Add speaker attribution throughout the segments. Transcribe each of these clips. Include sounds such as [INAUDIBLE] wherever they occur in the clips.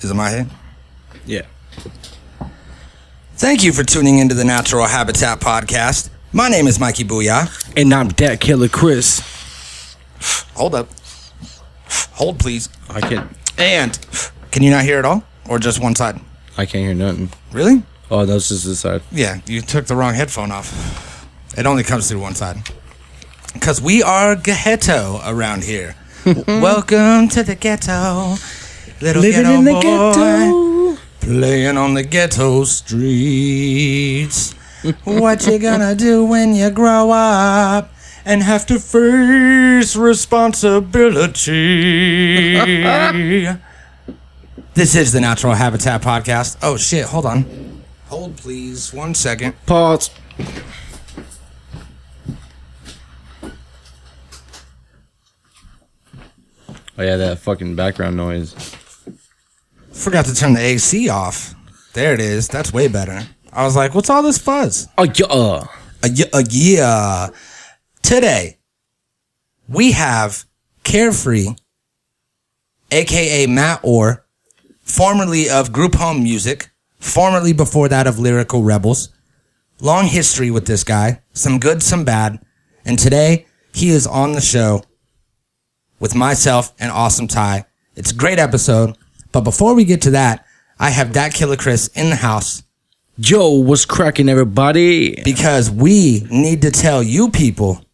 Speaker 1: Is it my head?
Speaker 2: Yeah.
Speaker 1: Thank you for tuning into the Natural Habitat Podcast. My name is Mikey Booyah.
Speaker 2: And I'm that killer Chris.
Speaker 1: Hold up. Hold, please.
Speaker 2: I can't.
Speaker 1: And can you not hear it all? Or just one side?
Speaker 2: I can't hear nothing.
Speaker 1: Really?
Speaker 2: Oh, that's just this side.
Speaker 1: Yeah, you took the wrong headphone off. It only comes through one side. Because we are ghetto around [LAUGHS] here. Welcome to the ghetto. Little ghetto boy, Playing on the ghetto streets. what you gonna do when you grow up and have to face responsibility? [LAUGHS] this is the Natural Habitat Podcast. Oh shit, hold on. Hold please, one second.
Speaker 2: Pause. Oh yeah, that fucking background noise.
Speaker 1: Forgot to turn the AC off. There it is. That's way better. I was like, what's all this fuzz?
Speaker 2: Oh yeah. uh.
Speaker 1: Uh, y- uh, yeah. Today, we have Carefree, aka Matt Orr, formerly of Group Home Music, formerly before that of Lyrical Rebels. Long history with this guy, some good, some bad. And today, he is on the show with myself and Awesome Ty. It's a great episode. But before we get to that, I have that killer Chris in the house
Speaker 2: Yo, what's cracking, everybody?
Speaker 1: because we need to tell you people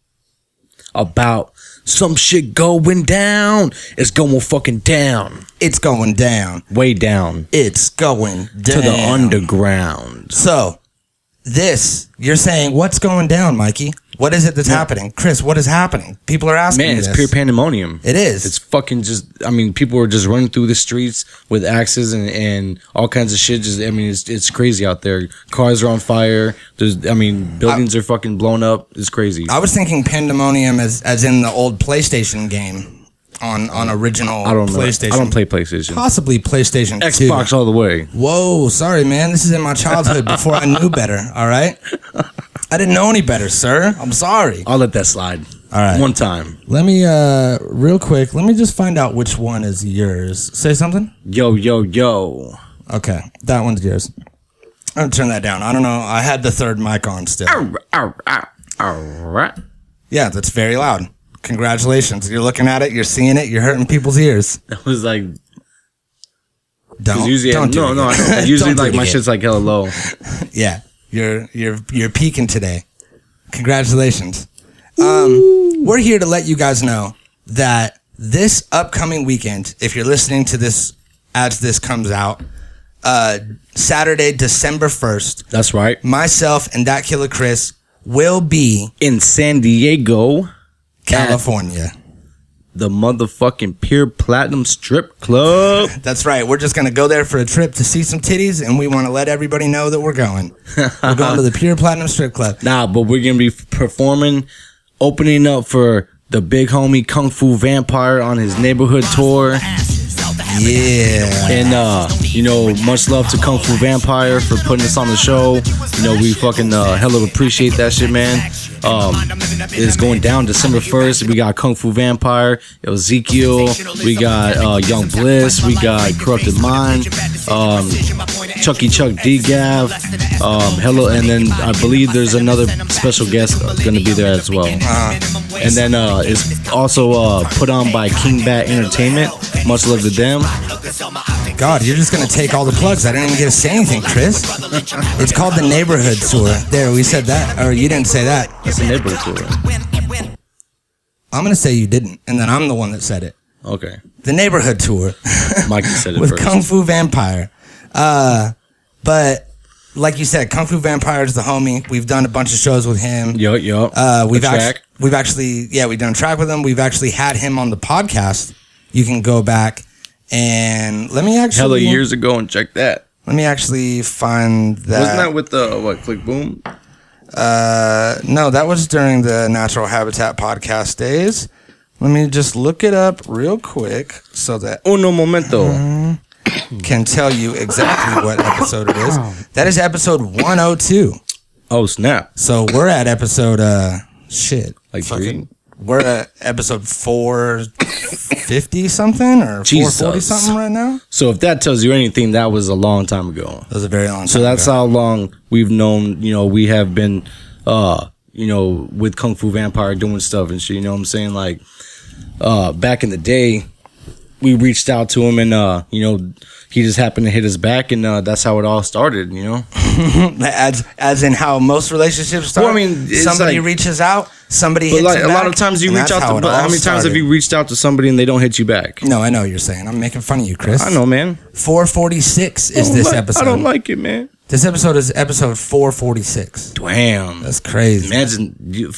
Speaker 2: About some shit going down. It's going fucking down,
Speaker 1: it's going down.
Speaker 2: way down
Speaker 1: It's going down.
Speaker 2: to the underground.
Speaker 1: So, this, you're saying, what's going down, Mikey? What is it that's happening? Chris, what is happening? People are asking
Speaker 2: Man,
Speaker 1: me
Speaker 2: it's
Speaker 1: this.
Speaker 2: pure pandemonium.
Speaker 1: It is.
Speaker 2: It's fucking just. I mean, people are just running through the streets with axes and, and all kinds of shit. Just, I mean, it's it's crazy out there. Cars are on fire. There's, I mean, buildings are fucking blown up. It's crazy. I,
Speaker 1: I was thinking pandemonium as, as in the old PlayStation game on, on original
Speaker 2: don't know.
Speaker 1: PlayStation.
Speaker 2: I don't play PlayStation.
Speaker 1: Possibly PlayStation 2.
Speaker 2: Xbox all the way.
Speaker 1: Whoa, sorry, man. This is in my
Speaker 2: [LAUGHS]
Speaker 1: childhood before I knew better, all right? I didn't know any better, sir. I'm sorry.
Speaker 2: I'll let that slide.
Speaker 1: All right.
Speaker 2: One time.
Speaker 1: Let me, uh, real quick, let me just find out which one is yours. Say something?
Speaker 2: Yo, yo, yo.
Speaker 1: Okay, that one's yours. I'm gonna turn that down. I don't know. I had the third mic on still.
Speaker 2: All right. All [LAUGHS] right.
Speaker 1: Yeah, that's very loud. Congratulations. You're looking at it. You're seeing it. You're hurting people's ears.
Speaker 2: That was like.
Speaker 1: Don't.
Speaker 2: Usually,
Speaker 1: Oh, don't do
Speaker 2: no,
Speaker 1: it
Speaker 2: no. [LAUGHS]
Speaker 1: [LAUGHS]
Speaker 2: I,
Speaker 1: again.
Speaker 2: usually,
Speaker 1: Don't do
Speaker 2: like
Speaker 1: it
Speaker 2: my
Speaker 1: again.
Speaker 2: shit's like hella low.
Speaker 1: Yeah, you're you're you're peaking today. Congratulations. Um, we're here to let you guys know that this upcoming weekend, if you're listening to this as this comes out, uh, Saturday, December first,
Speaker 2: That's right.
Speaker 1: myself and that killer Chris will be
Speaker 2: In San Diego.
Speaker 1: California.
Speaker 2: the motherfucking pure platinum strip club.
Speaker 1: That's right. We're just gonna go there for a trip to see some titties, and we want to let everybody know that we're going. we're going to the Pure Platinum Strip Club.
Speaker 2: nah, but we're gonna be performing, opening up for the big homie Kung Fu Vampire on his neighborhood tour.
Speaker 1: [LAUGHS] Yeah,
Speaker 2: And uh, you know, much love to Kung Fu Vampire for putting us on the show. You know, we fucking uh, hella appreciate that shit, man. Um, it's going down December first. We got Kung Fu Vampire, Ezekiel, we got uh, Young Bliss, we got Corrupted Mind, um, Chucky Chuck D Gav, um, hello, and then I believe there's another special guest going to be there as well. And then uh, it's also uh, put on by King Bat Entertainment. Much love to them.
Speaker 1: God, you're just gonna take all the plugs. I didn't even get to say anything, Chris. it's called the Neighborhood Tour. There, we said that, or you didn't say that.
Speaker 2: It's a neighborhood tour.
Speaker 1: I'm gonna say you didn't, and then I'm the one that said it.
Speaker 2: Okay.
Speaker 1: The Neighborhood [LAUGHS] Tour.
Speaker 2: Mikey said it
Speaker 1: with
Speaker 2: first.
Speaker 1: Kung Fu Vampire. Uh, but like you said, Kung Fu Vampire is the homie. We've done a bunch of shows with him.
Speaker 2: yo, yo.
Speaker 1: Uh, we've
Speaker 2: The
Speaker 1: actually, we've actually, yeah, we've done a track with him. We've actually had him on the podcast. You can go back and let me actually,
Speaker 2: hella years ago and check that.
Speaker 1: let me actually find that.
Speaker 2: Wasn't that with the what? Click boom.
Speaker 1: Uh, no, that was during the Natural Habitat podcast days. Let me just look it up real quick so that
Speaker 2: Uno
Speaker 1: Mm-hmm.
Speaker 2: momento.
Speaker 1: can tell you exactly
Speaker 2: [LAUGHS]
Speaker 1: what episode it is. That is episode 102.
Speaker 2: Oh snap!
Speaker 1: So we're at episode uh shit.
Speaker 2: Like
Speaker 1: fucking
Speaker 2: three,
Speaker 1: We're at episode 450 something or
Speaker 2: Jesus.
Speaker 1: 440 something right now.
Speaker 2: So if that tells you anything, that was a long time ago.
Speaker 1: That was a very long time.
Speaker 2: So that's
Speaker 1: ago.
Speaker 2: how long we've known, you know, we have been, uh, you know, with Kung Fu Vampire doing stuff and shit. You know what I'm saying? Like, uh, back in the day, we reached out to him and, uh, you know, he just happened to hit us back and, uh, that's how it all started, you know?
Speaker 1: um, [LAUGHS] as as in how most relationships start.
Speaker 2: Well, I mean, it's
Speaker 1: somebody
Speaker 2: like-
Speaker 1: reaches out, somebody
Speaker 2: But
Speaker 1: hits
Speaker 2: like,
Speaker 1: you
Speaker 2: a lot
Speaker 1: back,
Speaker 2: of times you
Speaker 1: and
Speaker 2: reach
Speaker 1: that's
Speaker 2: out to,
Speaker 1: it
Speaker 2: but
Speaker 1: all
Speaker 2: how many times have
Speaker 1: started.
Speaker 2: you reached out to somebody and they don't hit you back?
Speaker 1: No, I know what you're saying. I'm making fun of you, Chris.
Speaker 2: I know, man.
Speaker 1: 446
Speaker 2: I
Speaker 1: is
Speaker 2: don't
Speaker 1: this
Speaker 2: like-
Speaker 1: episode.
Speaker 2: I don't like it, man.
Speaker 1: This episode is episode 446.
Speaker 2: Damn.
Speaker 1: That's crazy.
Speaker 2: Imagine you-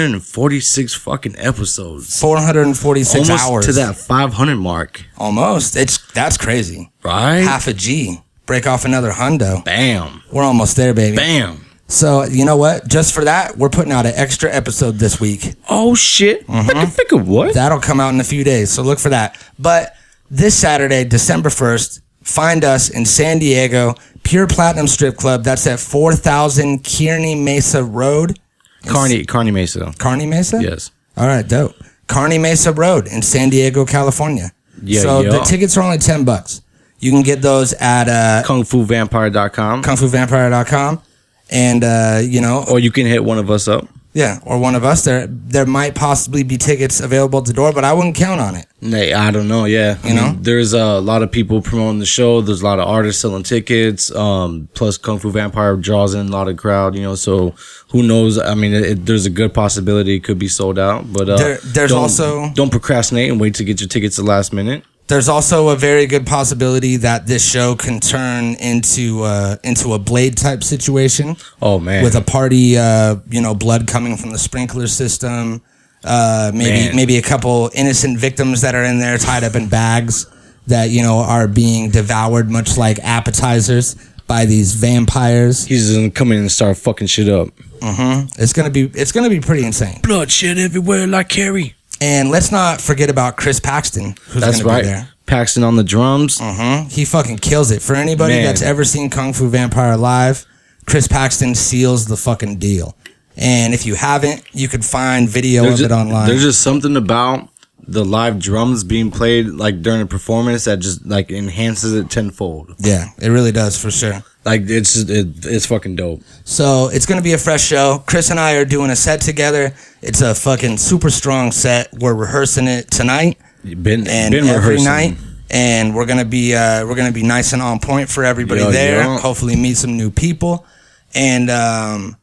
Speaker 2: 446 fucking episodes.
Speaker 1: 446
Speaker 2: Almost
Speaker 1: hours
Speaker 2: to that 500 mark,
Speaker 1: Almost. It's that's crazy.
Speaker 2: right?
Speaker 1: Half a G. Break off another hundo.
Speaker 2: Bam.
Speaker 1: We're almost there, baby.
Speaker 2: Bam.
Speaker 1: So you know what? Just for that, we're putting out an extra episode this week.
Speaker 2: Oh, shit.
Speaker 1: Mm-hmm.
Speaker 2: Think, think of what?
Speaker 1: That'll come out in a few days. So look for that. But this Saturday, December 1st, find us in San Diego, Pure Platinum Strip Club. That's at 4000 Kearney Mesa Road.
Speaker 2: Carney, Carney Mesa.
Speaker 1: Kearney Mesa?
Speaker 2: Yes.
Speaker 1: All right, dope. Carney Mesa Road in San Diego, California.
Speaker 2: Yeah,
Speaker 1: So
Speaker 2: yeah.
Speaker 1: the tickets are only 10 bucks. You can get those at uh,
Speaker 2: KungFuVampire.com.
Speaker 1: kungfuvampire.com. And, uh, you know,
Speaker 2: or you can hit one of us up.
Speaker 1: yeah, or one of us there. There might possibly be tickets available at the door, but I wouldn't count on it.
Speaker 2: Nay, I don't know. Yeah, you
Speaker 1: know?
Speaker 2: there's a lot of people promoting the show. There's a lot of artists selling tickets. Um, plus Kung Fu Vampire draws in a lot of crowd. You know, so who knows? I mean, it, it- there's a good possibility it could be sold out. But uh,
Speaker 1: There- there's
Speaker 2: don't-
Speaker 1: also-
Speaker 2: don't procrastinate and wait to get your tickets the last minute.
Speaker 1: There's also a very good possibility that this show can turn into uh, into a blade type situation
Speaker 2: Oh man,
Speaker 1: with a party, uh, you know, blood coming from the sprinkler system. Uh, maybe
Speaker 2: Man.
Speaker 1: maybe a couple innocent victims that are in there tied up in bags that you know are being devoured, much like appetizers by these vampires.
Speaker 2: he's just gonna come in and start fucking shit up.
Speaker 1: It's gonna be it's gonna be pretty insane.
Speaker 2: Bloodshed everywhere like Carrie.
Speaker 1: And let's not forget about Chris Paxton, who's
Speaker 2: That's
Speaker 1: gonna
Speaker 2: right.
Speaker 1: be there. Mm-hmm.
Speaker 2: Paxton on the drums.
Speaker 1: He fucking kills it. For anybody
Speaker 2: Man.
Speaker 1: that's ever seen Kung Fu Vampire live, Chris Paxton seals the fucking deal. And if you haven't, you could find video
Speaker 2: There's
Speaker 1: of it
Speaker 2: ju-
Speaker 1: online.
Speaker 2: There's just something about the live drums being played like during a performance that just like enhances it tenfold.
Speaker 1: yeah, it really does for sure.
Speaker 2: Like it's just- it, it's fucking dope.
Speaker 1: So it's gonna be a fresh show. Chris and I are doing a set together. It's a fucking super strong set. We're rehearsing it tonight
Speaker 2: Been
Speaker 1: and
Speaker 2: been
Speaker 1: every
Speaker 2: rehearsing.
Speaker 1: night. And we're gonna be uh, we're gonna be nice and on point for everybody
Speaker 2: Yo,
Speaker 1: there.
Speaker 2: yo.
Speaker 1: Hopefully meet some new people. And um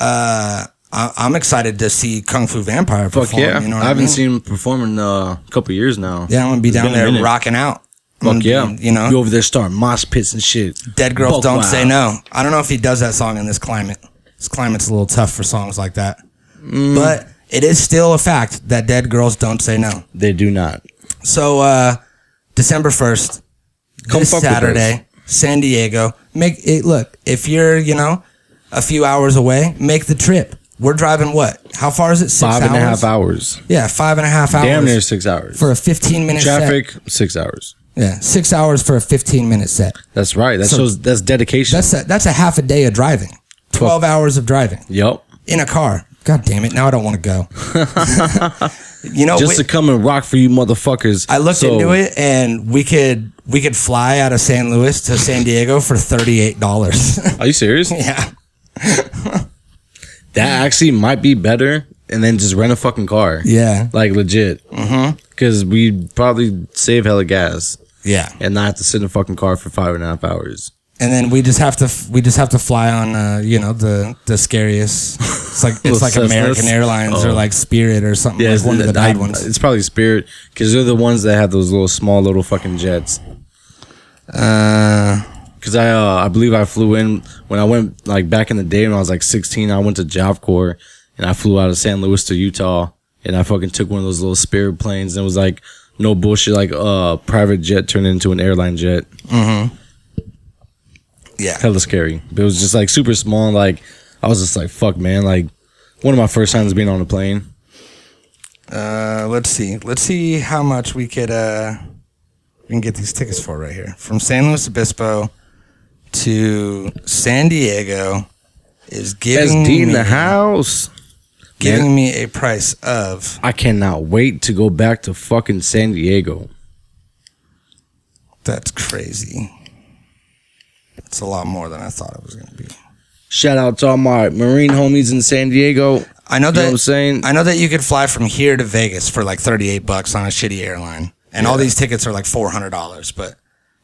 Speaker 1: uh I- I'm excited to see Kung Fu Vampire
Speaker 2: Fuck
Speaker 1: perform.
Speaker 2: yeah!
Speaker 1: You know what
Speaker 2: I
Speaker 1: I
Speaker 2: haven't
Speaker 1: mean?
Speaker 2: seen him perform in uh, a couple years now.
Speaker 1: Yeah, I'm gonna be
Speaker 2: It's
Speaker 1: down
Speaker 2: been a
Speaker 1: there
Speaker 2: minute.
Speaker 1: rocking out. I'm
Speaker 2: Fuck yeah!
Speaker 1: gonna be, You know,
Speaker 2: you over there starting mosh pits and shit.
Speaker 1: Dead Girls
Speaker 2: Buck
Speaker 1: Don't
Speaker 2: wild.
Speaker 1: Say No. I don't know if he does that song in this climate. This climate's a little tough for songs like that.
Speaker 2: Mm.
Speaker 1: But it is still a fact that Dead Girls Don't Say No.
Speaker 2: They do not.
Speaker 1: So uh December 1st,
Speaker 2: Come
Speaker 1: this
Speaker 2: fuck with us.
Speaker 1: Saturday, San Diego. Make it look, if you're, you know, a few hours away, make the trip. We're driving what? How far is it? Six
Speaker 2: Five
Speaker 1: hours?
Speaker 2: and a half hours.
Speaker 1: Yeah, five and a half hours.
Speaker 2: Damn near six hours.
Speaker 1: for a 15 minute
Speaker 2: Traffic six hours.
Speaker 1: set. Yeah, six hours for a 15 minute set.
Speaker 2: That's right. That
Speaker 1: So-
Speaker 2: shows that's dedication.
Speaker 1: That's a, that's a half a day of driving. 12 hours of driving
Speaker 2: yep.
Speaker 1: in a car. God damn it. Now I don't want to
Speaker 2: [LAUGHS]
Speaker 1: go. [LAUGHS] you know,
Speaker 2: Just
Speaker 1: we-
Speaker 2: to come and rock for you, motherfuckers.
Speaker 1: Oh, I looked
Speaker 2: So-
Speaker 1: into it and we could we could fly out of San Luis to San Diego for $38.
Speaker 2: Are you
Speaker 1: [LAUGHS]
Speaker 2: serious?
Speaker 1: yeah.
Speaker 2: That actually might be better, and then just rent a fucking car.
Speaker 1: Yeah.
Speaker 2: like legit. Because we probably save hella gas
Speaker 1: Yeah.
Speaker 2: and not have to sit in a fucking car for five and a half hours.
Speaker 1: And then we just have to f- we just have to fly on uh, you know the the scariest it's like it's
Speaker 2: Little
Speaker 1: like
Speaker 2: Cessnas.
Speaker 1: American Airlines or
Speaker 2: Oh.
Speaker 1: like Spirit or something
Speaker 2: Yeah,
Speaker 1: like
Speaker 2: it's,
Speaker 1: one of the
Speaker 2: I-
Speaker 1: bad ones.
Speaker 2: it's probably Spirit because they're the ones that have those little small little fucking jets.
Speaker 1: Uh,
Speaker 2: Because I uh, I believe I flew in when I went like back in the day when I was like 16. I went to Job Corps and I flew out of San Luis to Utah and I fucking took one of those little Spirit planes and it was like no bullshit like uh, private jet turned into an airline jet.
Speaker 1: yeah.
Speaker 2: hella scary. It was just like super small. Like I was just like, fuck, man. Like one of my first times being on a plane.
Speaker 1: Uh, let's see. Let's see how much we could uh we can get these tickets for right here. From San Luis Obispo to San Diego is giving
Speaker 2: SD in
Speaker 1: me-
Speaker 2: the house.
Speaker 1: giving me a price of
Speaker 2: I cannot wait to go back to fucking San Diego.
Speaker 1: that's crazy. It's a lot more than I thought it was going to be.
Speaker 2: Shout out to all my Marine homies in San Diego.
Speaker 1: I know
Speaker 2: You
Speaker 1: that
Speaker 2: know what I'm saying?
Speaker 1: I know that you could fly from here to Vegas for like 38 bucks on a shitty airline. And all these tickets are like $400, but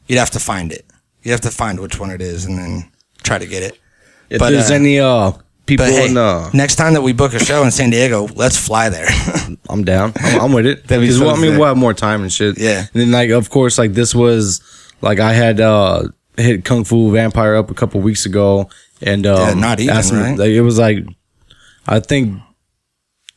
Speaker 1: you'd have to find it. You'd have to find which one it is and then try to get it.
Speaker 2: If
Speaker 1: But,
Speaker 2: there's
Speaker 1: uh,
Speaker 2: any uh people
Speaker 1: But hey,
Speaker 2: in uh,
Speaker 1: next time that we book a show in San Diego, let's fly there. [LAUGHS]
Speaker 2: I'm down. I'm, I'm with it.
Speaker 1: That'd be
Speaker 2: 'Cause,
Speaker 1: so
Speaker 2: well, I mean,
Speaker 1: sick.
Speaker 2: we'll have more time and shit.
Speaker 1: Yeah.
Speaker 2: And then, like, of course, like this was like I had uh hit Kung Fu Vampire up a couple weeks ago, and um,
Speaker 1: Yeah, not even,
Speaker 2: asked him-
Speaker 1: right?
Speaker 2: like, it was like I think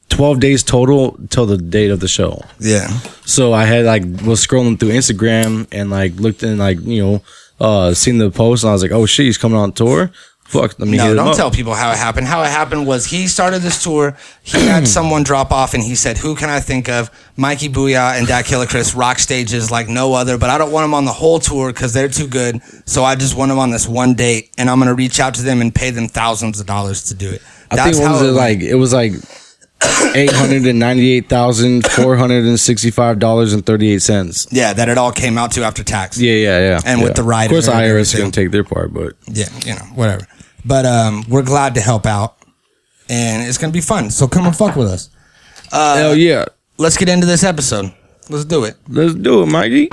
Speaker 2: twelve days total till the date of the show.
Speaker 1: yeah.
Speaker 2: So I had like was scrolling through Instagram and like looked and like you know uh seen the post and I was like, oh shit, he's coming on tour. Fuck, let me hit
Speaker 1: No,
Speaker 2: him
Speaker 1: don't
Speaker 2: up.
Speaker 1: tell people how it happened. How it happened was he started this tour. He
Speaker 2: [CLEARS THROAT]
Speaker 1: had someone drop off, and he said, "Who can I think of? Mikey Booyah and Dak Killer Chris rock stages like no other, but I don't want them on the whole tour because they're too good. So I just want them on this one date, and I'm gonna reach out to them and pay them thousands of dollars to do it.
Speaker 2: I think what was it like? It was like [COUGHS] eight hundred and ninety-eight thousand four hundred and sixty-five dollars and thirty-eight cents.
Speaker 1: Yeah, that it all came out to after tax.
Speaker 2: Yeah, yeah, yeah.
Speaker 1: And with
Speaker 2: yeah.
Speaker 1: the rider
Speaker 2: of course, the
Speaker 1: and
Speaker 2: IRS is
Speaker 1: everything.
Speaker 2: gonna take their part, but
Speaker 1: yeah, you know, whatever. But um, we're glad to help out, and it's gonna be fun. So come and fuck with us. Uh,
Speaker 2: hell yeah,
Speaker 1: Let's get into this episode. Let's do it.
Speaker 2: let's do it, Mikey.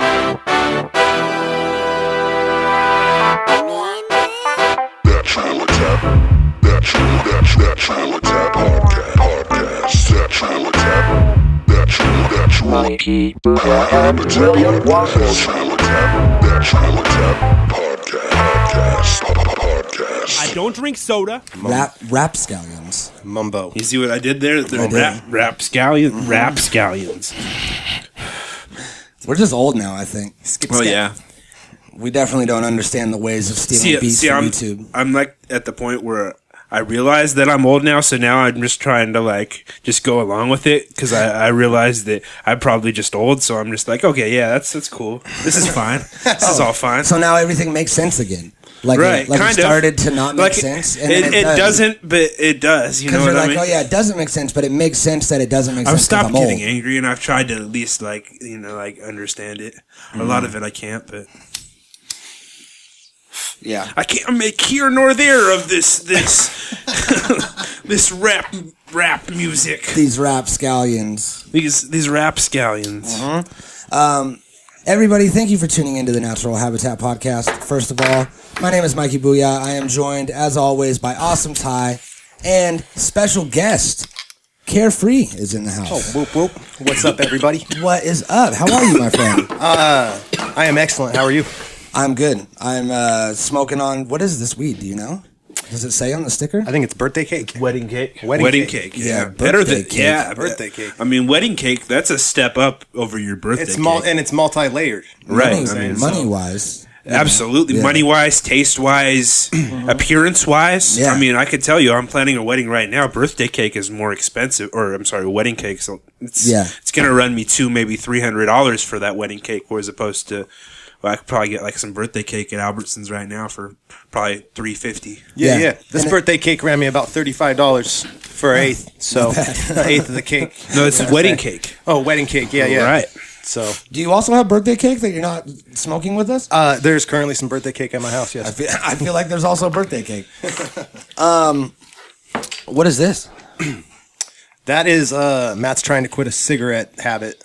Speaker 3: That trailer tap. That trailer. That that trailer tap podcast. Podcast. That trailer tap. That trailer. That trailer.
Speaker 4: Mikey Buddha and William
Speaker 3: That
Speaker 4: Wallace.
Speaker 3: trailer tap. That trailer tap podcast. Podcast. Po- po- Podcast.
Speaker 5: I don't drink soda.
Speaker 1: Rap, rap scallions.
Speaker 6: Mumbo. You see what I did there? They're rap, rap
Speaker 1: Mm-hmm.
Speaker 6: scallions. Rap scallions.
Speaker 1: We're just old now, I think.
Speaker 6: Oh yeah.
Speaker 1: We definitely don't understand the ways of stealing
Speaker 6: See,
Speaker 1: beats
Speaker 6: see,
Speaker 1: from
Speaker 6: I'm,
Speaker 1: YouTube.
Speaker 6: I'm like at the point where I realize that I'm old now, so now I'm just trying to like just go along with it because I, I realize that I'm probably just old, so I'm just like, okay, yeah, that's that's cool. This is fine. This
Speaker 1: [LAUGHS]
Speaker 6: is all fine.
Speaker 1: Oh. So now everything makes sense again. Like,
Speaker 6: Right,
Speaker 1: it, like
Speaker 6: kind
Speaker 1: it started
Speaker 6: of.
Speaker 1: to not make
Speaker 6: Like,
Speaker 1: sense.
Speaker 6: It, it, doesn't, but it does. You know
Speaker 1: Because
Speaker 6: what
Speaker 1: you're
Speaker 6: I
Speaker 1: like,
Speaker 6: mean?
Speaker 1: oh, yeah, it doesn't make sense, but it makes sense that it doesn't make
Speaker 6: I've
Speaker 1: sense. 'cause
Speaker 6: stopped
Speaker 1: I'm
Speaker 6: getting
Speaker 1: old.
Speaker 6: angry, and I've tried to at least like you know like understand it. A lot of it I can't, but
Speaker 1: Yeah.
Speaker 6: I can't make here nor there of this this [LAUGHS] this rap rap music.
Speaker 1: These rap scallions.
Speaker 6: These these rap scallions.
Speaker 1: Everybody, thank you for tuning into the Natural Habitat Podcast. First of all, my name is Mikey Booyah. I am joined, as always, by Awesome Ty and special guest, Carefree, is in the house.
Speaker 7: Whoop whoop! What's up, everybody?
Speaker 1: What is up? How are you, my
Speaker 7: [LAUGHS]
Speaker 1: friend?
Speaker 7: Uh, I am excellent. How are you?
Speaker 1: I'm good. I'm uh, smoking on what is this weed? Do you know? Does it say on the sticker?
Speaker 7: I think it's birthday cake. Wedding cake. Wedding,
Speaker 6: Wedding
Speaker 7: cake.
Speaker 6: cake, yeah,
Speaker 1: Yeah,
Speaker 6: better
Speaker 1: birthday
Speaker 6: than
Speaker 1: cake.
Speaker 6: yeah,
Speaker 7: Birthday cake.
Speaker 6: I mean, wedding cake. That's a step up over your birthday.
Speaker 7: It's
Speaker 6: cake.
Speaker 7: mul- and it's multi-layered.
Speaker 6: right?
Speaker 1: Money,
Speaker 6: I mean,
Speaker 1: money wise.
Speaker 6: absolutely.
Speaker 1: Yeah.
Speaker 6: Money wise, taste [CLEARS THROAT] wise, appearance wise.
Speaker 1: Yeah.
Speaker 6: I mean, I could tell you, I'm planning a wedding right now. Birthday cake is more expensive, or I'm sorry, wedding cake. So it's
Speaker 1: Yeah.
Speaker 6: it's gonna run me two, maybe three hundred dollars for that wedding cake, whereas opposed to. Well, I could probably get like some birthday cake at Albertsons right now for probably three fifty.
Speaker 1: Yeah.
Speaker 7: Yeah, yeah. This
Speaker 1: And it-
Speaker 7: birthday cake ran me about thirty-five dollars for an eighth. [LAUGHS] So an eighth of the cake.
Speaker 6: No, it's wedding cake.
Speaker 7: Oh, wedding cake. Yeah, yeah.
Speaker 6: Right.
Speaker 7: So
Speaker 1: Do you also have birthday cake that you're not smoking with us?
Speaker 7: uh, there's currently some birthday cake at my house.
Speaker 1: I
Speaker 7: Yes.
Speaker 1: feel, I feel like there's also birthday
Speaker 7: [LAUGHS]
Speaker 1: cake. um, what is this?
Speaker 7: That is uh, Matt's trying to quit a cigarette habit.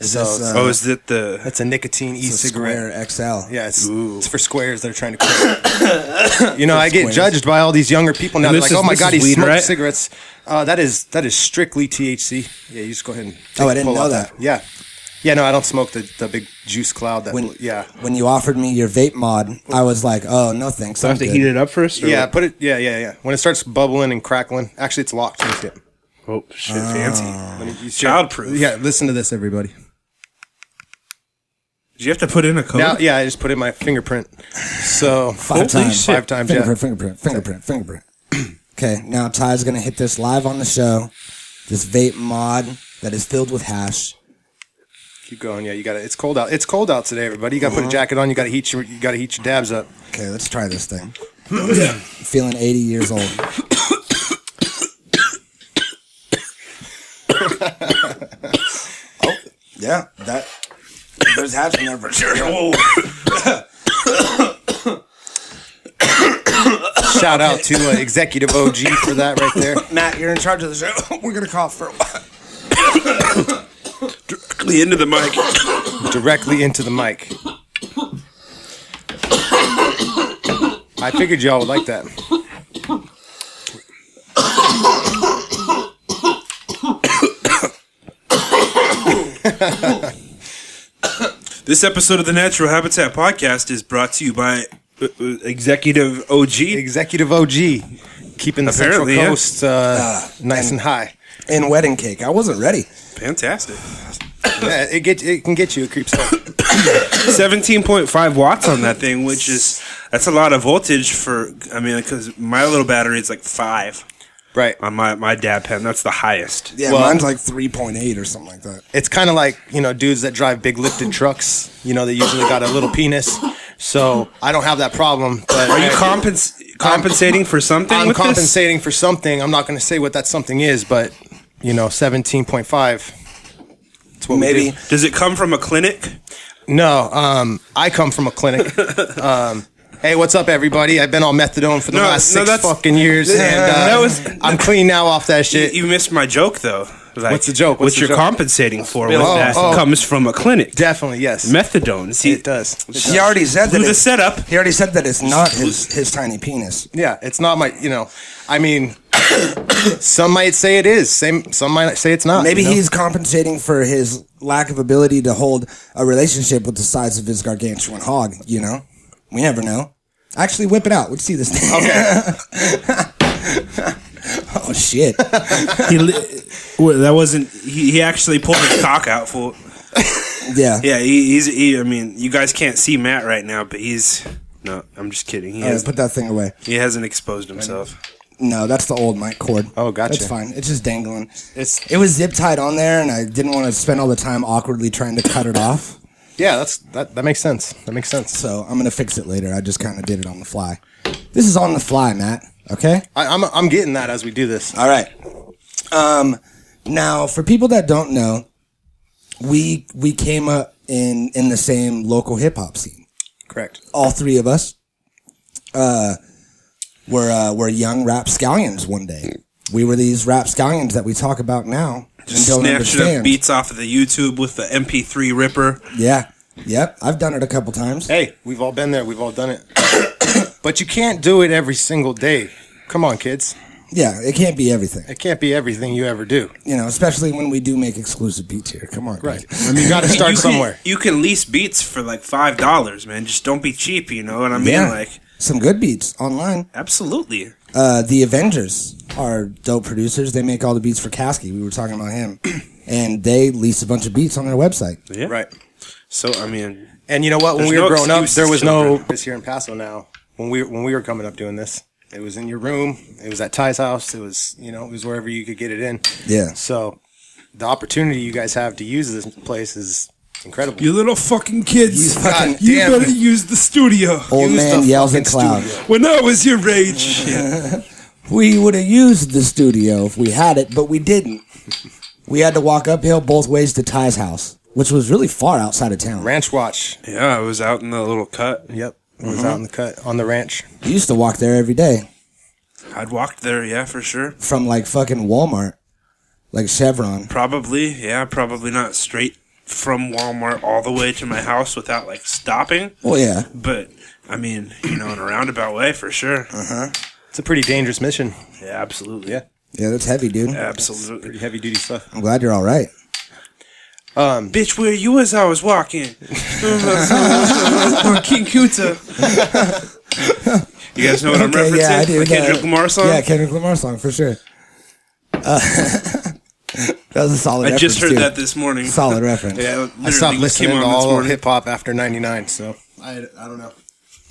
Speaker 7: so
Speaker 1: this, uh,
Speaker 6: oh, is that the?
Speaker 7: that's a nicotine
Speaker 1: It's a
Speaker 7: e-cigarette.
Speaker 1: Square XL.
Speaker 7: Yeah, it's, it's for squares that are trying to
Speaker 1: [COUGHS]
Speaker 7: quit. you know, I get judged by all these younger people now.
Speaker 6: And
Speaker 7: They're
Speaker 6: this
Speaker 7: like,
Speaker 6: is-
Speaker 7: "Oh my
Speaker 6: this
Speaker 7: god,
Speaker 6: is
Speaker 7: he
Speaker 6: weed,
Speaker 7: smokes
Speaker 6: right?
Speaker 7: cigarettes." Uh, that is that is strictly THC. Yeah, you just go ahead and
Speaker 1: Oh, I
Speaker 7: take a
Speaker 1: didn't
Speaker 7: pull
Speaker 1: know
Speaker 7: off
Speaker 1: that.
Speaker 7: Yeah, yeah, no, I don't smoke the, the big juice cloud. That
Speaker 1: When,
Speaker 7: bl- yeah,
Speaker 1: When you offered me your vape mod, I was like, oh, no thanks.
Speaker 6: I
Speaker 1: I'm
Speaker 6: have to
Speaker 1: good.
Speaker 6: heat it up first. or
Speaker 7: yeah,
Speaker 6: what?
Speaker 7: put it. Yeah, yeah, yeah. When it starts bubbling and crackling, actually, it's locked. Let me see it.
Speaker 6: Oh shit, fancy.
Speaker 7: Let me- you see it.
Speaker 6: Childproof.
Speaker 7: Yeah, listen to this, everybody.
Speaker 6: Did you have to put in a code? [COUGHS]
Speaker 7: Now, yeah, I just put in my fingerprint. So
Speaker 1: Five times.
Speaker 7: five times. Yeah.
Speaker 1: Fingerprint, fingerprint, fingerprint, fingerprint. okay, now Ty's going to hit this live on the show. This vape mod that is filled with hash.
Speaker 7: Keep going. Yeah, you got to It's cold out. It's cold out today, everybody. You got to put a jacket on. You got to heat your. You got to heat your dabs up.
Speaker 1: Okay, let's try this thing. [COUGHS] Feeling 80 years old. [COUGHS] Yeah, that there's hats in there for sure.
Speaker 7: Shout out to uh, Executive OG for that right there.
Speaker 1: Matt, you're in charge of the show. [LAUGHS] We're gonna cough for a while.
Speaker 6: Directly into the mic.
Speaker 7: Directly into the mic. I figured y'all would like that.
Speaker 6: This episode of the Natural Habitat Podcast is brought to you by uh, uh, Executive OG.
Speaker 7: Executive OG, keeping the Central
Speaker 6: Apparently, yeah.
Speaker 7: Coast uh, nice and high.
Speaker 1: And wedding cake. I wasn't ready.
Speaker 6: Fantastic.
Speaker 7: Yeah, it get it can get you. It creeps up.
Speaker 6: 17.5 watts on that thing, which is, that's a lot of voltage for, I mean, because my little battery is like five
Speaker 7: Right.
Speaker 6: on my, my dad pen. That's the highest.
Speaker 1: Yeah,
Speaker 7: Well-
Speaker 1: mine's like 3.8 or something like that.
Speaker 7: It's kind of like you know dudes that drive big lifted trucks. You know they usually got a little penis. So I don't have that problem. But
Speaker 6: Are you compens- compensating for something?
Speaker 7: I'm
Speaker 6: with this?
Speaker 7: compensating for something. I'm not going to say what that something is, but you know, 17.5. That's what we
Speaker 1: Maybe.
Speaker 7: do.
Speaker 6: Does it come from a clinic?
Speaker 7: No, um, I come from a
Speaker 6: [LAUGHS]
Speaker 7: clinic. um, hey, what's up, everybody? I've been on methadone for the
Speaker 6: No,
Speaker 7: last
Speaker 6: no,
Speaker 7: six
Speaker 6: that's-
Speaker 7: fucking years, and uh,
Speaker 6: that was-
Speaker 7: I'm clean now off that
Speaker 6: You,
Speaker 7: shit.
Speaker 6: you missed my joke, though. Like,
Speaker 7: What's the joke?
Speaker 6: What
Speaker 7: What's the
Speaker 6: you're
Speaker 7: joke?
Speaker 6: compensating for with
Speaker 7: Oh,
Speaker 6: that
Speaker 7: oh.
Speaker 6: comes from a clinic.
Speaker 7: Definitely, yes.
Speaker 6: Methadone. See,
Speaker 7: it does. It
Speaker 1: He
Speaker 7: does.
Speaker 1: already said that.
Speaker 6: blew the
Speaker 1: it's-
Speaker 6: setup.
Speaker 1: He already said that it's not his his tiny penis.
Speaker 7: Yeah, it's not my. You know, I mean, [COUGHS] some might say it is. Same. Some might say it's not.
Speaker 1: Maybe
Speaker 7: you know?
Speaker 1: he's compensating for his lack of ability to hold a relationship with the size of his gargantuan hog. You know, we never know. Actually, whip it out. Let's see this thing.
Speaker 7: Okay.
Speaker 1: [LAUGHS] oh shit!
Speaker 6: He li- well, that wasn't. He, he actually pulled his cock out for.
Speaker 7: [LAUGHS]
Speaker 1: Yeah.
Speaker 6: Yeah, he, he's. He, I mean, you guys can't see Matt right now, but he's. No, I'm just kidding. He,
Speaker 1: All right,
Speaker 6: has,
Speaker 1: put that thing away.
Speaker 6: he hasn't exposed himself.
Speaker 1: No, that's the old mic cord.
Speaker 7: Oh, gotcha.
Speaker 1: It's fine. It's just dangling.
Speaker 7: It's-
Speaker 1: it was zip tied on there, and I didn't want to spend all the time awkwardly trying to cut it off.
Speaker 7: [COUGHS] yeah, that's that. That makes sense. That makes sense.
Speaker 1: So I'm gonna fix it later. I just kind of did it on the fly. This is on the fly, Matt. Okay.
Speaker 7: I, I'm I'm getting that as we do this.
Speaker 1: All right. Um, now, for people that don't know, we we came up in in the same local hip hop scene.
Speaker 7: Correct.
Speaker 1: All three of us uh, were uh, were young rap scallions one day. We were these rap scallions that we talk about now
Speaker 6: Just
Speaker 1: and don't
Speaker 6: snatching
Speaker 1: understand.
Speaker 6: up beats off of the YouTube with the MP3 ripper.
Speaker 1: Yeah, yep. I've done it a couple times.
Speaker 7: Hey, we've all been there. We've all done it. [COUGHS] but you can't do it every single day. Come on, kids.
Speaker 1: Yeah, it can't be everything,
Speaker 7: It can't be everything you ever do.
Speaker 1: you know. Especially when we do make exclusive beats here. Come on, guys.
Speaker 7: I mean, you got to
Speaker 6: You
Speaker 7: start
Speaker 6: can-
Speaker 7: somewhere.
Speaker 6: you can lease beats for like five dollars, man. Just don't be cheap. You know what I mean?
Speaker 1: Yeah.
Speaker 6: Like,
Speaker 1: Some good beats online.
Speaker 6: absolutely.
Speaker 1: uh, the Avengers are dope producers. They make all the beats for Kasky. We were talking about him, [CLEARS THROAT] and they lease a bunch of beats on their website.
Speaker 6: Yeah.
Speaker 7: Right.
Speaker 6: So I mean,
Speaker 7: And you know what? When
Speaker 6: There's
Speaker 7: we were
Speaker 6: no
Speaker 7: growing up,
Speaker 6: excuses,
Speaker 7: there was no.
Speaker 6: children.
Speaker 7: It's here in Paso now. When we when we were coming up doing this, it was in your room. It was at Ty's house. It was you know it was wherever you could get it in.
Speaker 1: Yeah.
Speaker 7: So the opportunity you guys have to use this place is incredible.
Speaker 6: you little fucking kids,
Speaker 1: You fucking-
Speaker 6: you
Speaker 7: damn
Speaker 6: better
Speaker 7: it.
Speaker 6: use the studio.
Speaker 1: Old
Speaker 7: Use
Speaker 1: man
Speaker 7: the
Speaker 1: yells at
Speaker 7: fucking
Speaker 1: cloud.
Speaker 7: studio.
Speaker 6: When I was your
Speaker 1: [LAUGHS]
Speaker 6: age,
Speaker 1: We would have used the studio if we had it, but we didn't. We had to walk uphill both ways to Ty's house, which was really far outside of town.
Speaker 7: Ranch Watch.
Speaker 6: yeah, I was out in the little cut.
Speaker 7: Yep. It
Speaker 6: Mm-hmm.
Speaker 7: was out in the cut on the ranch.
Speaker 1: We used to walk there every day
Speaker 6: I'd walked there, yeah, for sure.
Speaker 1: from like fucking Walmart, like Chevron.
Speaker 6: Probably, yeah, probably not straight from Walmart all the way to my house without like stopping,
Speaker 7: Oh,
Speaker 1: Well, yeah,
Speaker 6: but I mean, you know, in a roundabout way for sure.
Speaker 1: Uh-huh.
Speaker 7: It's a pretty dangerous mission.
Speaker 6: Yeah, absolutely.
Speaker 7: Yeah.
Speaker 1: yeah, that's heavy, dude.
Speaker 6: Absolutely.
Speaker 7: Heavy duty stuff.
Speaker 1: I'm glad you're all right.
Speaker 6: Bitch, where you was I was
Speaker 1: [LAUGHS]
Speaker 6: walking. On King Kuta. You guys know what I'm referencing?
Speaker 1: yeah, I do.
Speaker 6: The Kendrick
Speaker 1: Yeah.
Speaker 6: Lamar song?
Speaker 1: Yeah, Kendrick Lamar song for sure. Uh, [LAUGHS] that was a solid.
Speaker 6: I just
Speaker 1: reference,
Speaker 6: heard
Speaker 1: too.
Speaker 6: that this morning.
Speaker 1: Solid reference.
Speaker 6: Yeah,
Speaker 7: I
Speaker 6: literally
Speaker 7: stopped
Speaker 6: came
Speaker 7: listening
Speaker 6: on
Speaker 7: to
Speaker 6: this
Speaker 7: all
Speaker 6: morning.
Speaker 7: hip hop after '99, so I, I don't know.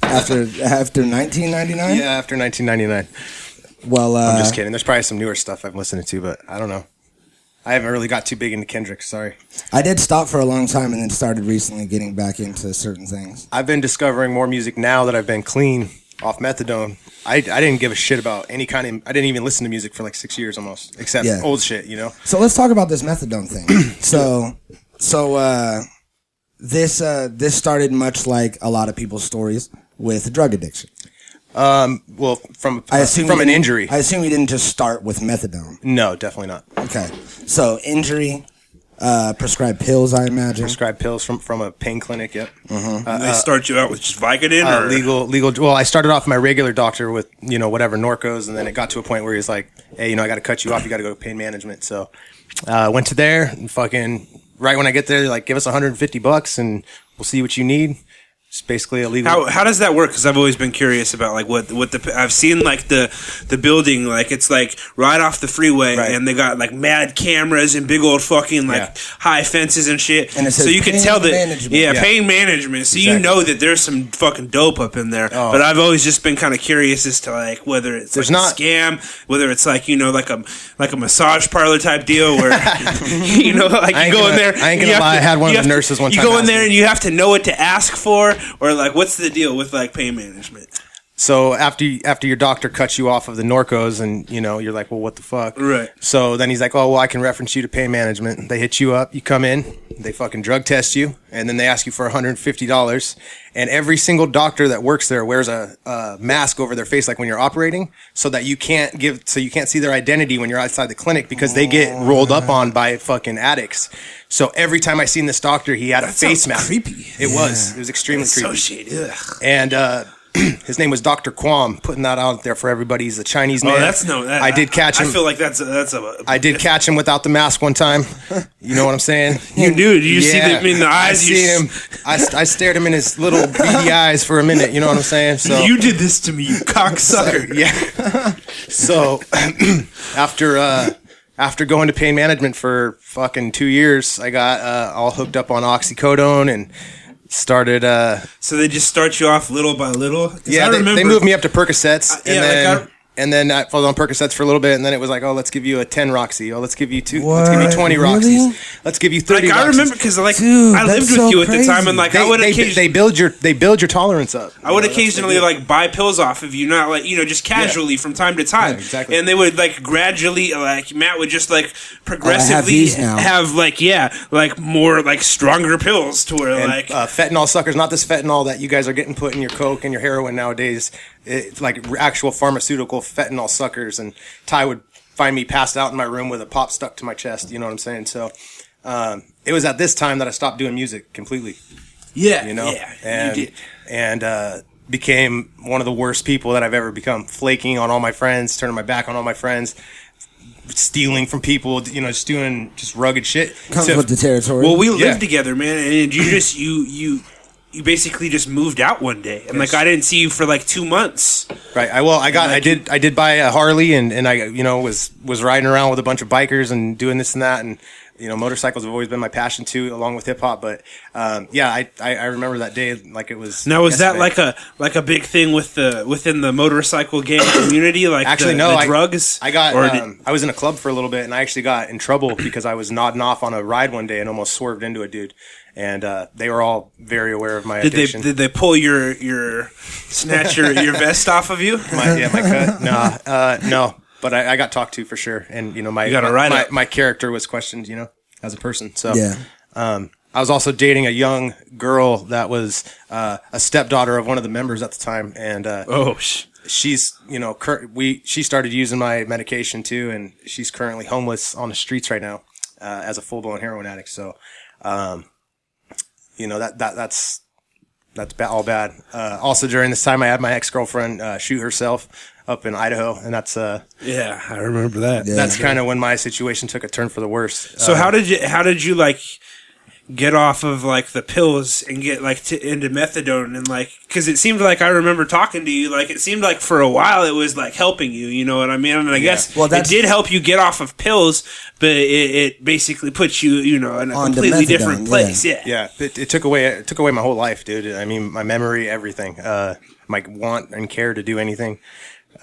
Speaker 1: After after 1999.
Speaker 7: Yeah, after 1999.
Speaker 1: Well, uh,
Speaker 7: I'm just kidding. There's probably some newer stuff I'm listening to, but I don't know. I haven't really got too big into Kendrick. Sorry.
Speaker 1: I did stop for a long time and then started recently getting back into certain things.
Speaker 7: I've been discovering more music now that I've been clean off methadone. I, I didn't give a shit about any kind of. I didn't even listen to music for like six years almost, except
Speaker 1: Yeah.
Speaker 7: old shit. You know.
Speaker 1: So let's talk about this methadone thing. so, so uh, this uh, this started much like a lot of people's stories with drug addiction.
Speaker 7: Well, from uh,
Speaker 1: I assume
Speaker 7: from
Speaker 1: you
Speaker 7: an
Speaker 1: didn't-
Speaker 7: injury.
Speaker 1: I assume you didn't just start with methadone.
Speaker 7: no, definitely not.
Speaker 1: Okay, so injury, uh, prescribed pills, I imagine.
Speaker 7: Prescribed pills from from a pain clinic. Yep.
Speaker 6: they start you out with just Vicodin
Speaker 7: uh,
Speaker 6: or
Speaker 7: legal legal well i started off my regular doctor with you know whatever norcos and then it got to a point where he's like hey you know i gotta cut you off you gotta go to pain management so uh, went to there and fucking right when i get there they're like give us 150 bucks and we'll see what you need it's basically a legal
Speaker 6: How, how does that work? Because I've always been curious about like what what the I've seen like the the building like it's like right off the freeway
Speaker 7: Right.
Speaker 6: and they got like mad cameras and big old fucking like
Speaker 7: Yeah.
Speaker 6: high fences and shit.
Speaker 1: And it
Speaker 6: so
Speaker 1: says
Speaker 6: you can
Speaker 1: pain
Speaker 6: tell that
Speaker 1: management.
Speaker 6: yeah,
Speaker 7: Yeah.
Speaker 6: pain management. So you
Speaker 7: Exactly. Oh.
Speaker 6: know that there's some fucking dope up in there. But I've always just been kind of curious as to like whether it's
Speaker 7: There's
Speaker 6: like
Speaker 7: not-
Speaker 6: a scam, whether it's like you know like a like a massage parlor type deal where [LAUGHS] you know like
Speaker 7: I ain't
Speaker 6: you go
Speaker 7: gonna-
Speaker 6: in there.
Speaker 7: I ain't
Speaker 6: and
Speaker 7: gonna
Speaker 6: you have
Speaker 7: lie, I had one
Speaker 6: you
Speaker 7: of the
Speaker 6: have
Speaker 7: nurses one
Speaker 6: You
Speaker 7: time
Speaker 6: go in
Speaker 7: ask
Speaker 6: there
Speaker 7: me.
Speaker 6: and you have to know what to ask for, or like, what's the deal with like pain management?
Speaker 7: so after you- after your doctor cuts you off of the norcos and you know you're like well what the fuck
Speaker 6: Right.
Speaker 7: so then he's like oh well i can reference you to pain management they hit you up you come in they fucking drug test you and then they ask you for $150 and every single doctor that works there wears a, a mask over their face like when you're operating so that you can't give so you can't see their identity when you're outside the clinic because they get
Speaker 6: Oh,
Speaker 7: rolled up on by fucking addicts so every time i seen this doctor he had a face
Speaker 6: sounds
Speaker 7: mask
Speaker 6: creepy.
Speaker 7: it was it was extremely creepy
Speaker 6: Associated. Ugh.
Speaker 7: and uh, [CLEARS THROAT] his name was Dr. Kwam, putting that out there for everybody. He's a Chinese man.
Speaker 6: Oh, that's no. That,
Speaker 7: I did catch him.
Speaker 6: I
Speaker 7: I,
Speaker 6: feel like that's a, that's a. [LAUGHS]
Speaker 7: did catch him without the mask one time. You know what I'm saying?
Speaker 6: You do. You see
Speaker 7: Yeah.
Speaker 6: them in the eyes.
Speaker 7: I
Speaker 6: you,
Speaker 7: see him. I, st- I stared him in his
Speaker 6: [LAUGHS]
Speaker 7: little beady eyes for a minute. You know what I'm saying? So
Speaker 6: You did this to [LAUGHS] me, you cocksucker.
Speaker 7: yeah. [LAUGHS] so [CLEARS THROAT] after uh, after going to pain management for fucking two years, I got uh, all hooked up on oxycodone and started. Uh,
Speaker 6: So they just start you off little by little. 'Cause
Speaker 7: Yeah,
Speaker 6: I
Speaker 7: they,
Speaker 6: remember
Speaker 7: they moved me up to Percocets, and
Speaker 6: yeah, like
Speaker 7: then
Speaker 6: I-
Speaker 7: and then I was on Percocets for a little bit, and then it was like, oh, let's give you a ten Roxy, oh, let's give you two, let's give you
Speaker 1: What?
Speaker 7: twenty
Speaker 1: Really?
Speaker 7: Roxys, let's give you thirty.
Speaker 6: Like I
Speaker 7: Roxys.
Speaker 6: remember because like
Speaker 1: Dude,
Speaker 6: I
Speaker 1: that's
Speaker 6: lived with
Speaker 1: so
Speaker 6: you at the time,
Speaker 1: crazy.
Speaker 6: and like I
Speaker 7: They,
Speaker 6: would
Speaker 7: they, they
Speaker 6: occasionally
Speaker 7: build your they build your tolerance up.
Speaker 6: I would occasionally like buy pills off of you, not like you know, just casually from time to time.
Speaker 7: Yeah, exactly. Oh,
Speaker 6: And they would like gradually, like Matt would just like progressively
Speaker 1: these now.
Speaker 6: have like yeah, like more like stronger pills to where
Speaker 7: And,
Speaker 6: like
Speaker 7: uh, fentanyl suckers, not this fentanyl that you guys are getting put in your coke and your heroin nowadays. It's like r- actual pharmaceutical fentanyl suckers. And Ty would find me passed out in my room with a pop stuck to my chest. You know what I'm saying? So um, it was at this time that I stopped doing music completely.
Speaker 6: yeah,
Speaker 7: you know,
Speaker 6: yeah,
Speaker 7: and
Speaker 6: you did.
Speaker 7: and uh, became one of the worst people that I've ever become, flaking on all my friends, turning my back on all my friends, stealing from people, you know, just doing just rugged shit.
Speaker 1: Comes
Speaker 7: So-
Speaker 1: with the territory.
Speaker 6: Well, we lived
Speaker 7: Yeah.
Speaker 6: together, man,
Speaker 7: [CLEARS THROAT]
Speaker 6: and you just you you you basically just moved out one day, and like I didn't see you for like two months.
Speaker 7: right. I well, I got, I did, I did buy a Harley, and and I, you know, was was riding around with a bunch of bikers and doing this and that, and you know, motorcycles have always been my passion too, along with hip hop. But um, yeah, I, I I remember that day like it was.
Speaker 6: Now, was that
Speaker 7: yesterday.
Speaker 6: like a like a big thing with the within the motorcycle gang community? Like
Speaker 7: Actually,
Speaker 6: the,
Speaker 7: no.
Speaker 6: the
Speaker 7: I,
Speaker 6: drugs.
Speaker 7: I got.
Speaker 6: Or did-
Speaker 7: um, I was in a club for a little bit, and I actually got in trouble because I was nodding off on a ride one day and almost swerved into a dude. And uh, they were all very aware of my
Speaker 6: Did they
Speaker 7: addiction.
Speaker 6: did they pull your your snatch your, your vest off of you?
Speaker 7: my, [LAUGHS] yeah, my cut.
Speaker 6: [LAUGHS]
Speaker 7: Nah, uh, no. But I, I got talked to for sure, and you know my
Speaker 6: got a
Speaker 7: my, my,
Speaker 6: write-up.
Speaker 7: my character was questioned. You know, as a person. So
Speaker 1: yeah.
Speaker 7: Um, I was also dating a young girl that was uh, a stepdaughter of one of the members at the time, and uh,
Speaker 6: Oh, sh-
Speaker 7: she's you know cur- we she started using my medication too and she's currently homeless on the streets right now uh, as a full-blown heroin addict so um you know that that that's that's ba- all bad uh, also during this time i had my ex-girlfriend uh, shoot herself up in idaho and that's uh
Speaker 6: yeah, I remember that.
Speaker 7: that's kind of when my situation took a turn for the worse
Speaker 6: So
Speaker 7: Uh,
Speaker 6: how did you how did you like get off of like the pills and get like to, into methadone and like because it seemed like I remember talking to you like it seemed like for a while it was like helping you you know what I mean and I guess
Speaker 1: Well,
Speaker 6: well,
Speaker 1: that's-
Speaker 6: it did help you get off of pills but it, it basically puts you you know in a
Speaker 1: On to
Speaker 6: completely
Speaker 1: methadone,
Speaker 6: different place yeah.
Speaker 7: yeah it, it took away it took away my whole life dude i mean my memory everything uh my want and care to do anything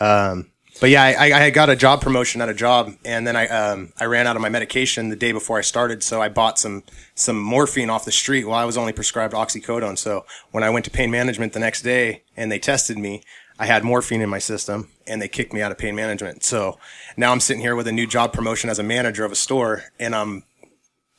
Speaker 7: um but yeah i i I got a job promotion at a job and then i um i ran out of my medication the day before i started so i bought some some morphine off the street while i was only prescribed oxycodone so when i went to pain management the next day and they tested me I had morphine in my system and they kicked me out of pain management. So now I'm sitting here with a new job promotion as a manager of a store and I'm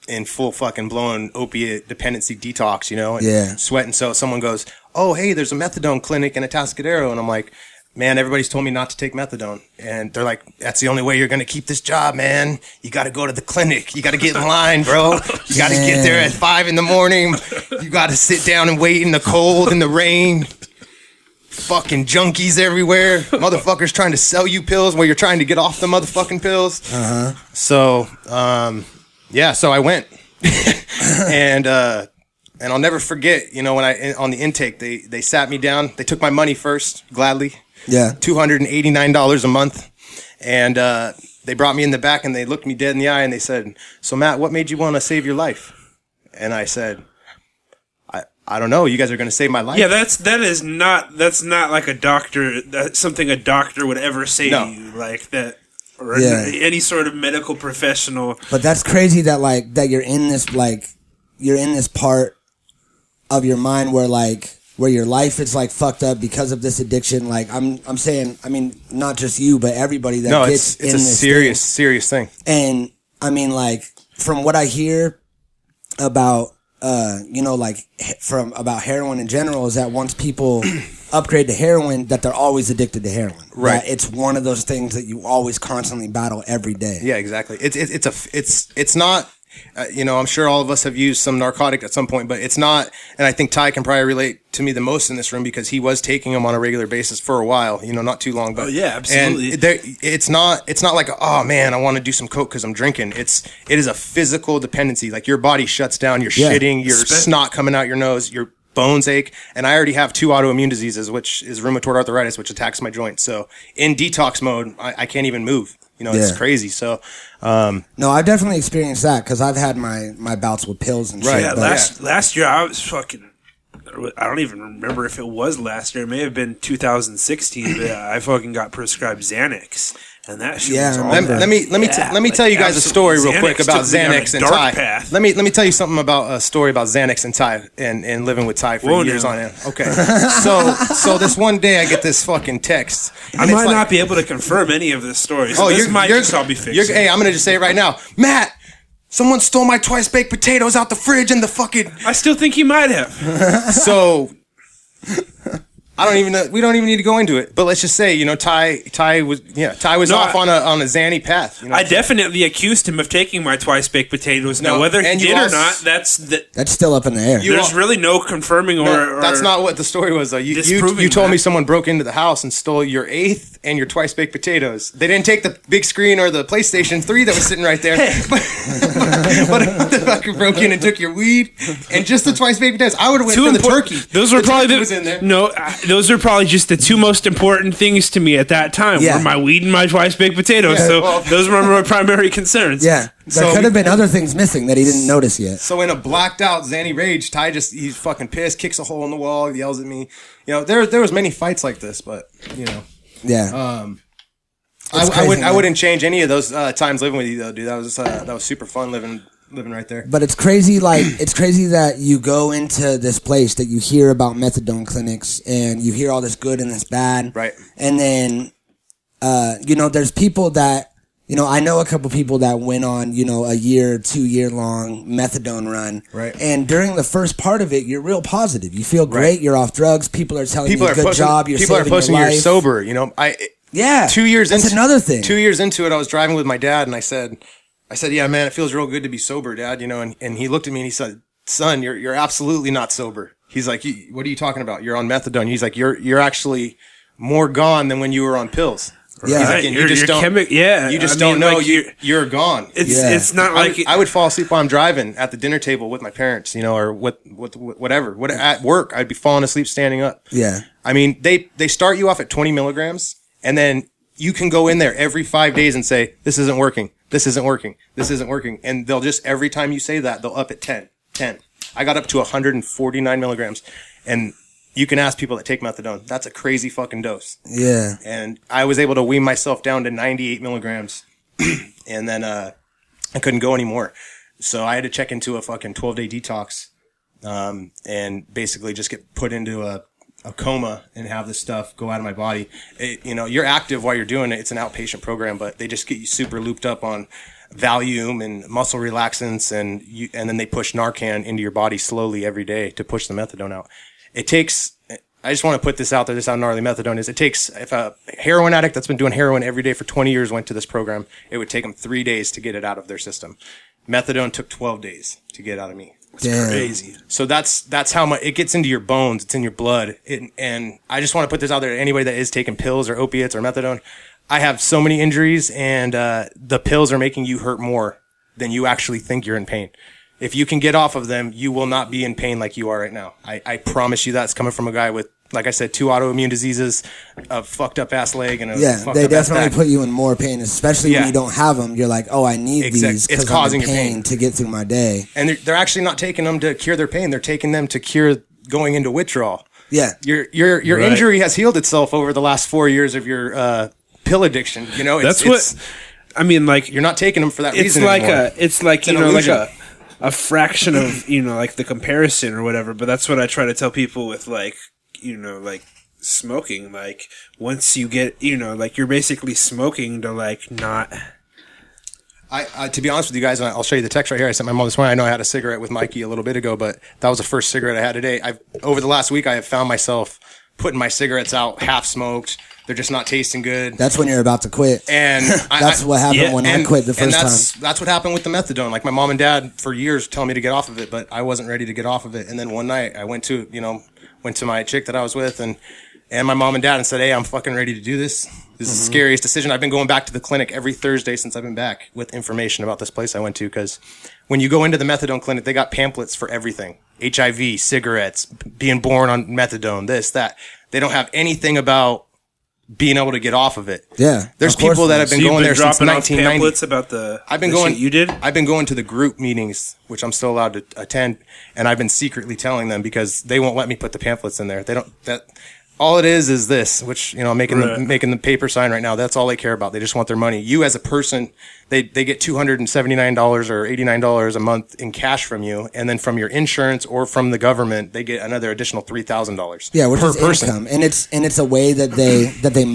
Speaker 7: in full fucking blown opiate dependency detox, you know, and
Speaker 1: Yeah.
Speaker 7: sweating. So someone goes, Oh, hey, there's a methadone clinic in Atascadero. And I'm like, Man, everybody's told me not to take methadone. And they're like, That's the only way you're going to keep this job, man. You got to go to the clinic. You got to get in line, bro. You got to get there at five in the morning. You got to sit down and wait in the cold and the rain. Fucking junkies everywhere. Motherfuckers trying to sell you pills while you're trying to get off the motherfucking pills. So, um, yeah, so I went, [LAUGHS] and uh, and I'll never forget. You know, when I on the intake, they they sat me down. They took my money first, gladly.
Speaker 1: Yeah.
Speaker 7: two hundred and eighty nine dollars a month, and uh, they brought me in the back and they looked me dead in the eye and they said, "So Matt, what made you want to save your life?" And I said, "I I don't know. You guys are going to save my life."
Speaker 6: Yeah, that's that is not that's not like a doctor that's something a doctor would ever say
Speaker 7: No.
Speaker 6: to you like that or
Speaker 1: Yeah.
Speaker 6: any sort of medical professional.
Speaker 1: But that's crazy that like that you're in this like you're in this part of your mind where like where your life is like fucked up because of this addiction. Like I'm I'm saying, I mean, not just you, but everybody that
Speaker 7: no,
Speaker 1: gets
Speaker 7: it's
Speaker 1: in
Speaker 7: it's a
Speaker 1: this
Speaker 7: serious serious thing.
Speaker 1: and I mean, like from what I hear about, uh, you know, like he- from about heroin in general is that once people [CLEARS THROAT] upgrade to heroin, that they're always addicted to heroin.
Speaker 7: Right.
Speaker 1: That it's one of those things that you always constantly battle every day.
Speaker 7: Yeah, exactly. It's it's it's a f- it's it's not. Uh, you know, I'm sure all of us have used some narcotic at some point, but it's not. And I think Ty can probably relate to me the most in this room because he was taking them on a regular basis for a while. You know, not too long, but
Speaker 6: Oh, yeah, absolutely.
Speaker 7: And there, it's not. It's not like oh man, I want to do some coke because I'm drinking. It's it is a physical dependency. Like your body shuts down. You're
Speaker 1: Yeah.
Speaker 7: shitting. Your
Speaker 6: Spe-
Speaker 7: snot coming out your nose. Your bones ache. And I already have two autoimmune diseases, which is rheumatoid arthritis, which attacks my joints. So in detox mode, I, I can't even move. You know,
Speaker 1: Yeah.
Speaker 7: it's crazy. So, um,
Speaker 1: No, I've definitely experienced that because I've had my my bouts with pills and
Speaker 7: Right.
Speaker 1: shit.
Speaker 6: Yeah,
Speaker 1: but-
Speaker 6: last last year I was fucking. I don't even remember if it was last year. It may have been
Speaker 7: [CLEARS THROAT]
Speaker 6: 2016, but I fucking got prescribed Xanax, and that shit
Speaker 1: Yeah,
Speaker 6: was
Speaker 1: I
Speaker 6: all
Speaker 7: let,
Speaker 1: remember.
Speaker 6: bad.
Speaker 7: let me let me t-
Speaker 6: Yeah,
Speaker 7: let me
Speaker 6: like
Speaker 7: tell you guys a
Speaker 6: absolute-
Speaker 7: story real quick
Speaker 6: Xanax
Speaker 7: about
Speaker 6: took me down a
Speaker 7: Xanax and
Speaker 6: dark
Speaker 7: Ty.
Speaker 6: path.
Speaker 7: Let me let me tell you something about a story about Xanax and Ty and, and living with Ty for
Speaker 6: Whoa,
Speaker 7: years
Speaker 6: now.
Speaker 7: on end.
Speaker 6: [LAUGHS]
Speaker 7: Okay, so so this one day I get this fucking text. and
Speaker 6: I
Speaker 7: it's
Speaker 6: might
Speaker 7: like-
Speaker 6: not be able to confirm any of this story. So
Speaker 7: Oh,
Speaker 6: this
Speaker 7: you're,
Speaker 6: might
Speaker 7: you're,
Speaker 6: just all be
Speaker 7: you're-
Speaker 6: fiction.
Speaker 7: hey, I'm gonna just say it right now, Matt. Someone stole my twice baked potatoes out the fridge and the
Speaker 6: [LAUGHS]
Speaker 7: fucking
Speaker 6: I still think he might have.
Speaker 7: so I don't even know. We don't even need to go into it. But let's just say, you know, Ty Ty was yeah Ty was
Speaker 6: No,
Speaker 7: off
Speaker 6: I-
Speaker 7: on a on a Zanny path. You know,
Speaker 6: I definitely accused him of taking my twice baked potatoes.
Speaker 7: No,
Speaker 6: now, whether he
Speaker 7: and you
Speaker 6: did
Speaker 7: also-
Speaker 6: or not, that's the,
Speaker 1: that's still up in the air.
Speaker 7: You
Speaker 6: there's
Speaker 7: al-
Speaker 6: really no confirming or,
Speaker 7: No,
Speaker 6: or-
Speaker 7: that's not what the story was though. You you,
Speaker 6: disproving
Speaker 7: you told
Speaker 6: that.
Speaker 7: me someone broke into the house and stole your eighth and your twice baked potatoes. They didn't take the big screen or the PlayStation Three that was sitting right there. but [LAUGHS] but the fucker broke in and took your weed and just the twice baked potatoes. I would have went
Speaker 6: Two
Speaker 7: for the
Speaker 6: impor-
Speaker 7: turkey.
Speaker 6: Those were
Speaker 7: The
Speaker 6: probably
Speaker 7: turkey
Speaker 6: the,
Speaker 7: was in there.
Speaker 6: no. I- those are probably just the two most important things to me at that time.
Speaker 1: Yeah.
Speaker 6: Were my weed and my twice baked potatoes.
Speaker 7: Yeah,
Speaker 6: so
Speaker 7: well-
Speaker 6: those
Speaker 7: [LAUGHS]
Speaker 6: were my primary concerns.
Speaker 1: yeah, there
Speaker 7: So-
Speaker 1: could have been other things missing that he didn't notice yet.
Speaker 7: So in a blacked out Zanny rage, Ty just he's fucking pissed, kicks a hole in the wall, yells at me. You know, there there was many fights like this, but you know,
Speaker 1: Yeah, It's
Speaker 7: I, I wouldn't
Speaker 1: crazy,
Speaker 7: I
Speaker 1: man.
Speaker 7: wouldn't change any of those uh, times living with you though, dude. That was uh, that was super fun living living right there.
Speaker 1: but it's crazy. Like [CLEARS THROAT] it's crazy that you go into this place that you hear about methadone clinics and you hear all this good and this bad,
Speaker 7: Right.
Speaker 1: And then, uh, you know, there's people that you know. I know a couple people that went on you know a year, two year long methadone run,
Speaker 7: Right.
Speaker 1: And during the first part of it, you're real positive. You feel great.
Speaker 7: Right.
Speaker 1: You're off drugs. People are telling
Speaker 7: people
Speaker 1: you
Speaker 7: are
Speaker 1: good
Speaker 7: posting,
Speaker 1: job. You're
Speaker 7: people are
Speaker 1: saving your
Speaker 7: posting you're
Speaker 1: life.
Speaker 7: sober. You know, I
Speaker 1: Yeah,
Speaker 7: two years.
Speaker 1: That's
Speaker 7: into,
Speaker 1: another thing.
Speaker 7: Two years into it, I was driving with my dad, and I said, I said, yeah, man, it feels real good to be sober, Dad. You know, and and he looked at me and he said, son, you're you're absolutely not sober. He's like, "You- what are you talking about? You're on methadone. He's like, you're you're actually more gone than when you were on pills.
Speaker 1: Yeah.
Speaker 7: He's like,
Speaker 6: Right,
Speaker 7: and
Speaker 6: your- your chemi- yeah,
Speaker 7: you just
Speaker 6: I
Speaker 7: don't
Speaker 6: mean,
Speaker 7: know
Speaker 6: like,
Speaker 7: you
Speaker 6: you're-
Speaker 7: you're gone.
Speaker 6: It's
Speaker 1: Yeah.
Speaker 6: it's not
Speaker 7: I
Speaker 6: like
Speaker 7: would, I would fall asleep while I'm driving at the dinner table with my parents, you know, or what, what, whatever. What at work, I'd be falling asleep standing up.
Speaker 1: Yeah.
Speaker 7: I mean, they they start you off at 20 milligrams, and then you can go in there every five days and say, "This isn't working. This isn't working. This isn't working." And they'll just every time you say that, they'll up at 10, 10. I got up to 149 milligrams, and you can ask people that take methadone. That's a crazy fucking dose
Speaker 1: Yeah.
Speaker 7: and I was able to wean myself down to 98 milligrams, [CLEARS THROAT] and then uh, I couldn't go anymore. So I had to check into a fucking 12 day detox, um, and basically just get put into a a coma and have this stuff go out of my body. It, you know, you're active while you're doing it. It's an outpatient program, but they just get you super looped up on Valium and muscle relaxants, and you, and then they push Narcan into your body slowly every day to push the methadone out. It takes. I just want to put this out there. This is how gnarly methadone is. It takes if a heroin addict that's been doing heroin every day for 20 years went to this program, it would take them three days to get it out of their system. Methadone took 12 days to get out of me.
Speaker 1: Damn.
Speaker 6: Crazy.
Speaker 7: So that's that's how much it gets into your bones. It's in your blood. It, and I just want to put this out there to anybody that is taking pills or opiates or methadone. I have so many injuries, and uh, the pills are making you hurt more than you actually think you're in pain. If you can get off of them, you will not be in pain like you are right now. I, I promise you that's coming from a guy with, like I said, two autoimmune diseases, a fucked up ass leg, and a
Speaker 5: Yeah,
Speaker 7: fucked
Speaker 5: they
Speaker 7: up ass
Speaker 5: definitely
Speaker 7: back.
Speaker 5: put you in more pain, especially when
Speaker 7: Yeah.
Speaker 5: you don't have them. You're like, oh, I need
Speaker 7: Exact-
Speaker 5: these
Speaker 7: it's
Speaker 5: because I'm
Speaker 7: causing
Speaker 5: in
Speaker 7: your pain.
Speaker 5: pain to get through my day.
Speaker 7: and they're, they're actually not taking them to cure their pain. They're taking them to cure going into withdrawal.
Speaker 5: Yeah.
Speaker 7: your your your
Speaker 6: Right.
Speaker 7: injury has healed itself over the last four years of your uh, pill addiction. You know, it's,
Speaker 6: That's
Speaker 7: it's,
Speaker 6: what. I mean, like
Speaker 7: you're not taking them for that
Speaker 6: it's
Speaker 7: reason.
Speaker 6: like
Speaker 7: anymore.
Speaker 6: a it's like
Speaker 7: an
Speaker 6: you know like
Speaker 7: illusion.
Speaker 6: a a fraction of you know like the comparison or whatever but that's what i try to tell people with like you know like smoking like once you get you know like you're basically smoking to like not
Speaker 7: I, I, to be honest with you guys, and I'll show you the text right here. I sent my mom this morning. I know I had a cigarette with Mikey a little bit ago, but that was the first cigarette I had today. I've over the last week, I have found myself putting my cigarettes out half smoked. They're just not tasting good.
Speaker 5: That's when you're about to quit. [LAUGHS]
Speaker 7: and I-
Speaker 5: That's
Speaker 7: I-
Speaker 5: what happened
Speaker 6: yeah,
Speaker 5: when I
Speaker 7: and-
Speaker 5: quit the
Speaker 7: and
Speaker 5: first
Speaker 7: that's,
Speaker 5: time.
Speaker 7: That's what happened with the methadone. Like my mom and dad for years telling me to get off of it, but I wasn't ready to get off of it. And then one night I went to, you know, went to my chick that I was with and and my mom and dad and said, "Hey, I'm fucking ready to do this. This is
Speaker 5: Mm-hmm.
Speaker 7: the scariest decision. I've been going back to the clinic every Thursday since I've been back with information about this place I went to because when you go into the methadone clinic, they got pamphlets for everything: HIV, cigarettes, b- being born on methadone, this, that. They don't have anything about being able to get off of it.
Speaker 5: Yeah,
Speaker 7: there's
Speaker 5: of course
Speaker 7: people that
Speaker 5: not.
Speaker 7: have been
Speaker 6: So you've
Speaker 7: going there since
Speaker 6: dropping off
Speaker 7: 1990.
Speaker 6: pamphlets about the
Speaker 7: I've been
Speaker 6: the
Speaker 7: going.
Speaker 6: shit you did
Speaker 7: I've been going to the group meetings, which I'm still allowed to attend, and I've been secretly telling them because they won't let me put the pamphlets in there. They don't. That all it is is this, which you know, I'm making
Speaker 6: Right.
Speaker 7: the, making the paper sign right now. That's all they care about. They just want their money. You as a person, they they get two hundred and seventy nine dollars or eighty nine dollars a month in cash from you, and then from your insurance or from the government, they get another additional three thousand dollars.
Speaker 5: Yeah, which is income, and it's and it's a way that they [CLEARS THROAT] that they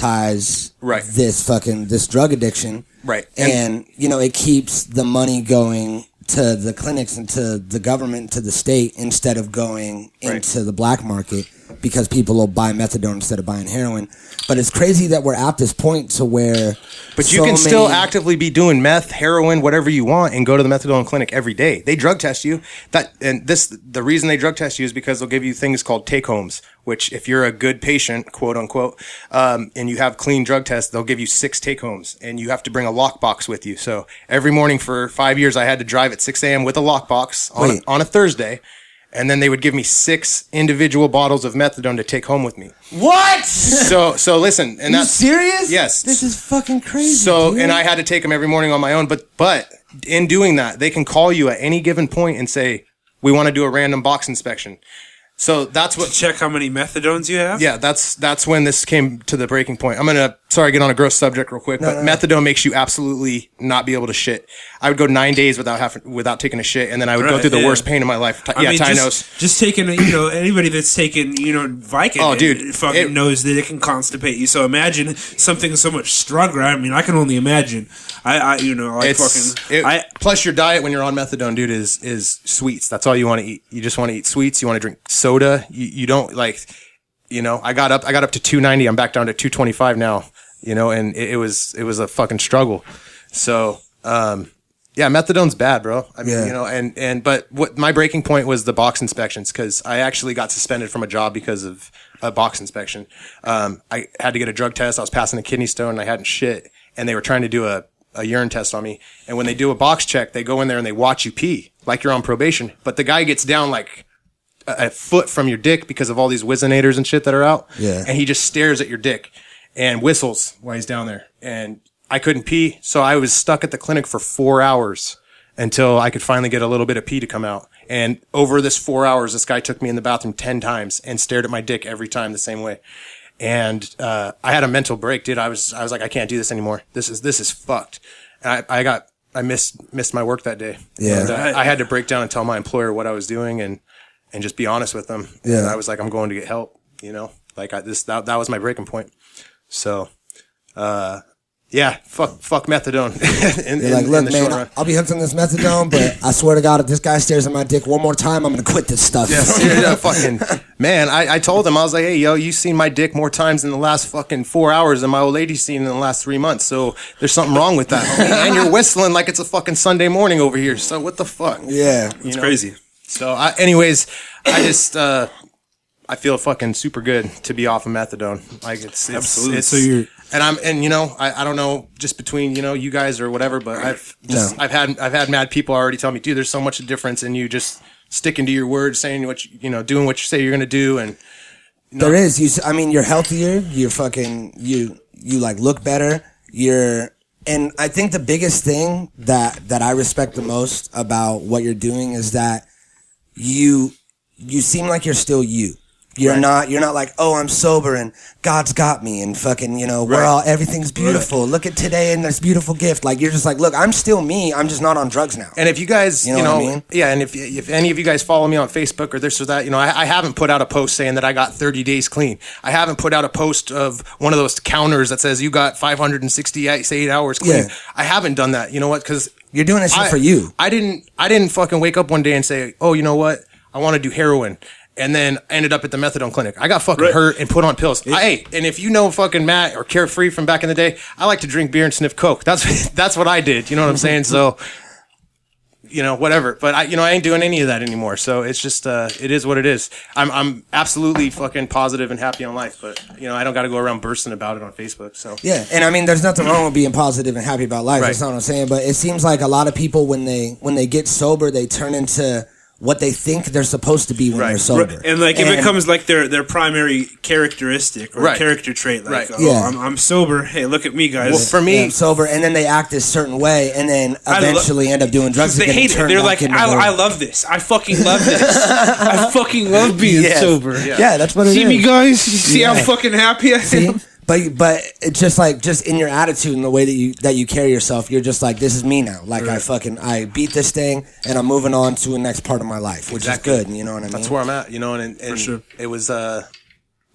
Speaker 5: monetize
Speaker 7: Right.
Speaker 5: this fucking this drug addiction.
Speaker 7: Right.
Speaker 5: and, you know it keeps the money going to the clinics and to the government to the state instead of going
Speaker 7: Right.
Speaker 5: into the black market because people will buy methadone instead of buying heroin. But it's crazy that we're at this point to where.
Speaker 7: But you
Speaker 5: so
Speaker 7: can still
Speaker 5: many-
Speaker 7: actively be doing meth, heroin, whatever you want, and go to the methadone clinic every day. They drug test you. That and this the reason they drug test you is because they'll give you things called take homes, which if you're a good patient, quote unquote, um, and you have clean drug tests, they'll give you six take homes, and you have to bring a lockbox with you. So every morning for five years, I had to drive at 6 a.m. with a lockbox on
Speaker 5: Wait.
Speaker 7: on a Thursday. And then they would give me six individual bottles of methadone to take home
Speaker 5: [LAUGHS]
Speaker 7: with me.
Speaker 5: What?
Speaker 7: [LAUGHS] So, so listen, and that's
Speaker 5: Serious?
Speaker 7: Yes.
Speaker 5: This is fucking crazy.
Speaker 7: so,
Speaker 5: dude.
Speaker 7: and I had to take them every morning on my own. But, but in doing that, they can call you at any given point and say, "We want to do a random box inspection." So that's what.
Speaker 6: check how many methadones you have
Speaker 7: Yeah, that's that's when this came to the breaking point. I'm gonna sorry get on a gross subject real quick, but methadone makes you absolutely not be able to shit. I would go nine days without having without taking a shit, and then I would go
Speaker 6: Right,
Speaker 7: through the
Speaker 6: yeah.
Speaker 7: worst pain of my life. Ti-
Speaker 6: I
Speaker 7: yeah,
Speaker 6: mean,
Speaker 7: Tynos.
Speaker 6: just, just taking, you know, anybody that's taken, you know, Viking,
Speaker 7: Oh,
Speaker 6: it-
Speaker 7: dude,
Speaker 6: it fucking
Speaker 7: it-
Speaker 6: knows that it can constipate you. So imagine something so much stronger. I mean, I can only imagine. I, I you know, I
Speaker 7: it's
Speaker 6: fucking,
Speaker 7: it-
Speaker 6: I,
Speaker 7: plus your diet when you're on methadone, dude, is is sweets. That's all you want to eat. You just want to eat sweets. You want to drink soda. You, you don't like, you know. I got up. I got up to 290. I'm back down to 225 now. You know, and it, it was it was a fucking struggle. So, um, yeah, methadone's bad, bro. I mean,
Speaker 5: Yeah.
Speaker 7: you know, and and but what my breaking point was the box inspections because I actually got suspended from a job because of a box inspection. Um, I had to get a drug test. I was passing a kidney stone. And I hadn't shit, and they were trying to do a a urine test on me. And when they do a box check, they go in there and they watch you pee like you're on probation. But the guy gets down like a, a foot from your dick because of all these whizinators and shit that are out.
Speaker 5: Yeah.
Speaker 7: And he just stares at your dick and whistles while he's down there. And I couldn't pee. So I was stuck at the clinic for four hours until I could finally get a little bit of pee to come out. And over this four hours, this guy took me in the bathroom 10 times and stared at my dick every time the same way and uh, I had a mental break, dude. I was I was like, I can't do this anymore. This is this is fucked. And I, I got I missed missed my work that day.
Speaker 5: Yeah.
Speaker 7: And, uh, I had to break down and tell my employer what I was doing and and just be honest with them.
Speaker 5: Yeah.
Speaker 7: and I was like, I'm going to get help. you know, like I, this, that, that was my breaking point. So, uh, yeah, fuck, fuck methadone. [LAUGHS] in,
Speaker 1: They're
Speaker 7: in-
Speaker 1: like,
Speaker 7: in
Speaker 1: look,
Speaker 7: the
Speaker 1: man,
Speaker 7: short run.
Speaker 1: I'll be hooked on this methadone, but I swear to God, if this guy stares at my dick one more time, I'm gonna quit this stuff.
Speaker 7: Yeah, serious, yeah, fucking man. I, I told him I was like, hey, yo, you've seen my dick more times in the last fucking four hours than my old lady's seen in the last three months. So there's something wrong with that. homie. and you're whistling like it's a fucking Sunday morning over here. So what the fuck?
Speaker 1: [LAUGHS] yeah.
Speaker 6: It's crazy.
Speaker 7: So I, anyways, I just uh, I feel fucking super good to be off of methadone. Like it's, it's
Speaker 6: Absolutely.
Speaker 7: It's,
Speaker 6: So you're-
Speaker 7: and I'm and you know I, I don't know just between you know you guys or whatever, but I've just I've had I've had mad people already tell me, dude, there's so much difference in you just sticking to your word, saying what you, you know, doing what you say you're gonna do, and
Speaker 1: There is. You. s- I mean, you're healthier. You're fucking. You. You like look better. You're. And I think the biggest thing that that I respect the most about what you're doing is that you you seem like you're still you. You're not. You're not like, oh, I'm sober and God's got me and fucking, you know, we're all everything's beautiful. Look at today and this beautiful gift. Like you're just like, look, I'm still me. I'm just not on drugs now.
Speaker 7: And if you guys,
Speaker 1: You
Speaker 7: you
Speaker 1: know
Speaker 7: know,
Speaker 1: what I mean?
Speaker 7: yeah, and if if any of you guys follow me on Facebook or this or that, you know, I, I haven't put out a post saying that I got 30 days clean. I haven't put out a post of one of those counters that says you got 568 hours clean.
Speaker 1: Yeah.
Speaker 7: I haven't done that. You know what? Because
Speaker 1: You're doing this shit for you.
Speaker 7: I didn't. I didn't fucking wake up one day and say, oh, you know what? I want to do heroin. And then ended up at the methadone clinic. I got fucking hurt and put on pills. I ate. And if you know fucking Matt or Carefree from back in the day, I like to drink beer and sniff coke. That's [LAUGHS] that's what I did. You know what I'm saying? So you know, whatever. But I, you know, I ain't doing any of that anymore. So it's just, uh, it is what it is. I'm, I'm absolutely fucking positive and happy on life, but you know, I don't got to go around bursting about it on Facebook. So [LAUGHS]
Speaker 1: Yeah, and I mean, there's nothing wrong with being positive and happy about life. That's
Speaker 7: Right.
Speaker 1: not what I'm saying. But it seems like a lot of people when they when they get sober, they turn into what they think they're supposed to be when they're sober.
Speaker 6: And like it becomes like their their primary characteristic or
Speaker 7: Right.
Speaker 6: character trait.
Speaker 7: Right.
Speaker 6: Like, oh,
Speaker 1: Yeah.
Speaker 6: I'm, I'm sober. Hey, look at me, guys.
Speaker 7: well, for
Speaker 1: yeah,
Speaker 7: me,
Speaker 1: I'm sober, and then they act a certain way, and then
Speaker 6: I lo-
Speaker 1: eventually end up doing drugs.
Speaker 6: They
Speaker 1: again and
Speaker 6: hate it.
Speaker 1: turn
Speaker 6: They're
Speaker 1: back
Speaker 6: like,
Speaker 1: into
Speaker 6: I,
Speaker 1: their-
Speaker 6: I love this.
Speaker 7: [LAUGHS]
Speaker 6: I fucking love this. I fucking love being
Speaker 1: Yeah.
Speaker 6: sober.
Speaker 1: Yeah. that's what it is.
Speaker 6: See me, [LAUGHS] guys. You see
Speaker 1: Yeah.
Speaker 6: how fucking happy I
Speaker 1: See?
Speaker 6: am.
Speaker 1: But but it's just like just in your attitude and the way that you that you carry yourself, you're just like this is me now. Like I fucking I beat this thing and I'm moving on to the next part of my life, which is good. You know what I mean?
Speaker 7: that's where I'm at, you know, and, and
Speaker 6: sure.
Speaker 7: it was, uh,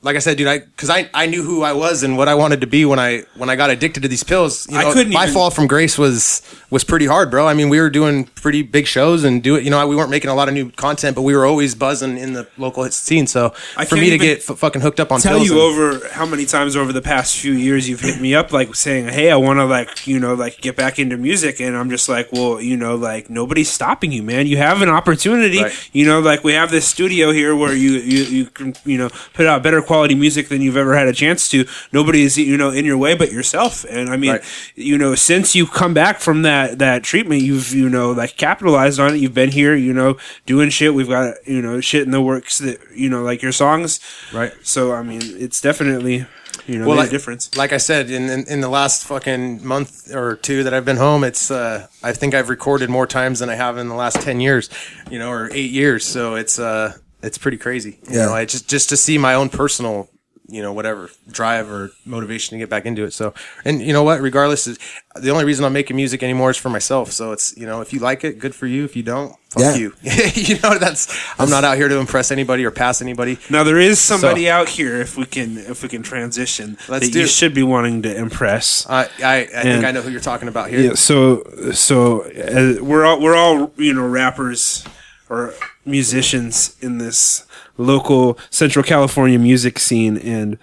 Speaker 7: like I said, dude, I, cause I, I knew who I was and what I wanted to be when I, when I got addicted to these pills. You
Speaker 6: I
Speaker 7: know,
Speaker 6: couldn't
Speaker 7: My
Speaker 6: even-
Speaker 7: fall from grace was, was pretty hard, bro. I mean, we were doing pretty big shows and do it, you know, we weren't making a lot of new content, but we were always buzzing in the local scene. So
Speaker 6: I
Speaker 7: for
Speaker 6: can't
Speaker 7: me to
Speaker 6: even
Speaker 7: get f- fucking hooked up on
Speaker 6: tell
Speaker 7: pills
Speaker 6: you
Speaker 7: and-
Speaker 6: over how many times over the past few years you've hit me up like saying hey i want to like you know like get back into music and i'm just like well you know like nobody's stopping you man you have an opportunity
Speaker 7: Right.
Speaker 6: you know like we have this studio here where you you you can you know put out better quality music than you've ever had a chance to nobody's you know in your way but yourself and i mean
Speaker 7: Right.
Speaker 6: you know since you've come back from that that treatment you've you know like capitalized on it you've been here you know doing shit we've got you know shit in the works that you know like your songs
Speaker 7: Right.
Speaker 6: so I mean, it's definitely you know made
Speaker 7: like,
Speaker 6: a difference.
Speaker 7: Like I said, in, in in the last fucking month or two that I've been home, it's uh, I think I've recorded more times than I have in the last ten years, you know, or eight years. So it's uh, it's pretty crazy. You
Speaker 1: Yeah.
Speaker 7: know, I just just to see my own personal, you know, whatever drive or motivation to get back into it. So, and you know what? Regardless, is the only reason I'm making music anymore is for myself. So it's you know, if you like it, good for you. If you don't, fuck
Speaker 1: Yeah.
Speaker 7: you. [LAUGHS] you know, that's I'm not out here to impress anybody or pass anybody.
Speaker 6: Now there is somebody out here if we can if we can transition
Speaker 7: Let's
Speaker 6: that
Speaker 7: do
Speaker 6: you
Speaker 7: it.
Speaker 6: should be wanting to impress.
Speaker 7: I I, I think
Speaker 6: And-
Speaker 7: I know who you're talking about here.
Speaker 6: yeah, so so uh, we're all we're all you know rappers or musicians in this local Central California music scene and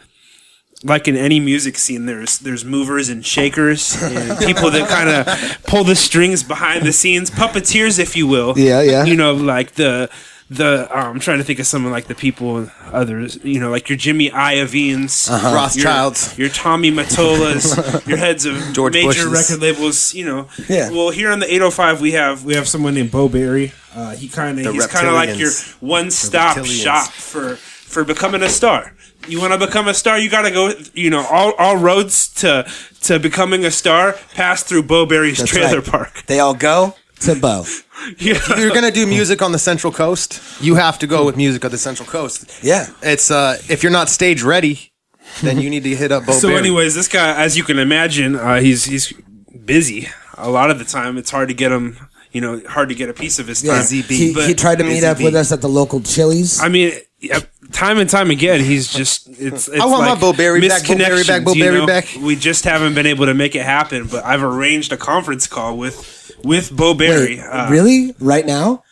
Speaker 6: like in any music scene there's there's movers and shakers
Speaker 1: [LAUGHS]
Speaker 6: and people that kind of pull the strings behind the scenes puppeteers if you will
Speaker 1: Yeah, yeah.
Speaker 6: you know like the the um, I'm trying to think of someone like the people and others you know like your Jimmy Iovines
Speaker 1: Uh-huh.
Speaker 6: your-
Speaker 7: Rothschilds.
Speaker 6: your, Tommy
Speaker 1: [LAUGHS]
Speaker 6: Matolas your heads of
Speaker 7: George
Speaker 6: major
Speaker 7: Bushes.
Speaker 6: record labels you know
Speaker 1: Yeah.
Speaker 6: well here on the 805 we have we have someone named Bo Berry uh, he kind of he's kind of like your
Speaker 7: reptilians.
Speaker 6: one stop
Speaker 7: reptilians.
Speaker 6: shop for for becoming a star. You want to become a star, you gotta go. You know, all, all roads to to becoming a star pass through Bo Berry's
Speaker 1: That's
Speaker 6: trailer
Speaker 1: right.
Speaker 6: park.
Speaker 1: They all go to Bo.
Speaker 6: Yeah.
Speaker 7: you're gonna do music on the Central Coast, you have to go with music of the Central Coast.
Speaker 1: Yeah.
Speaker 7: It's uh, if you're not stage ready, then you need to hit up Bo.
Speaker 6: [LAUGHS] So,
Speaker 7: Berry.
Speaker 6: anyways, this guy, as you can imagine, uh, he's he's busy. A lot of the time, it's hard to get him. You know, hard to get a piece of his time.
Speaker 1: he, he
Speaker 6: But-
Speaker 1: tried to meet
Speaker 6: Busy
Speaker 1: up
Speaker 6: bee.
Speaker 1: with us at the local Chili's.
Speaker 6: I mean, yeah, time and time again, he's just it's. it's
Speaker 7: I want my
Speaker 6: like
Speaker 7: Bo Berry back, Bo Berry back, Bo
Speaker 6: misconnections, you
Speaker 7: Berry
Speaker 6: know?
Speaker 7: back.
Speaker 6: We just haven't been able to make it happen. But I've arranged a conference call with with Bo Berry.
Speaker 1: Wait, really? Right now?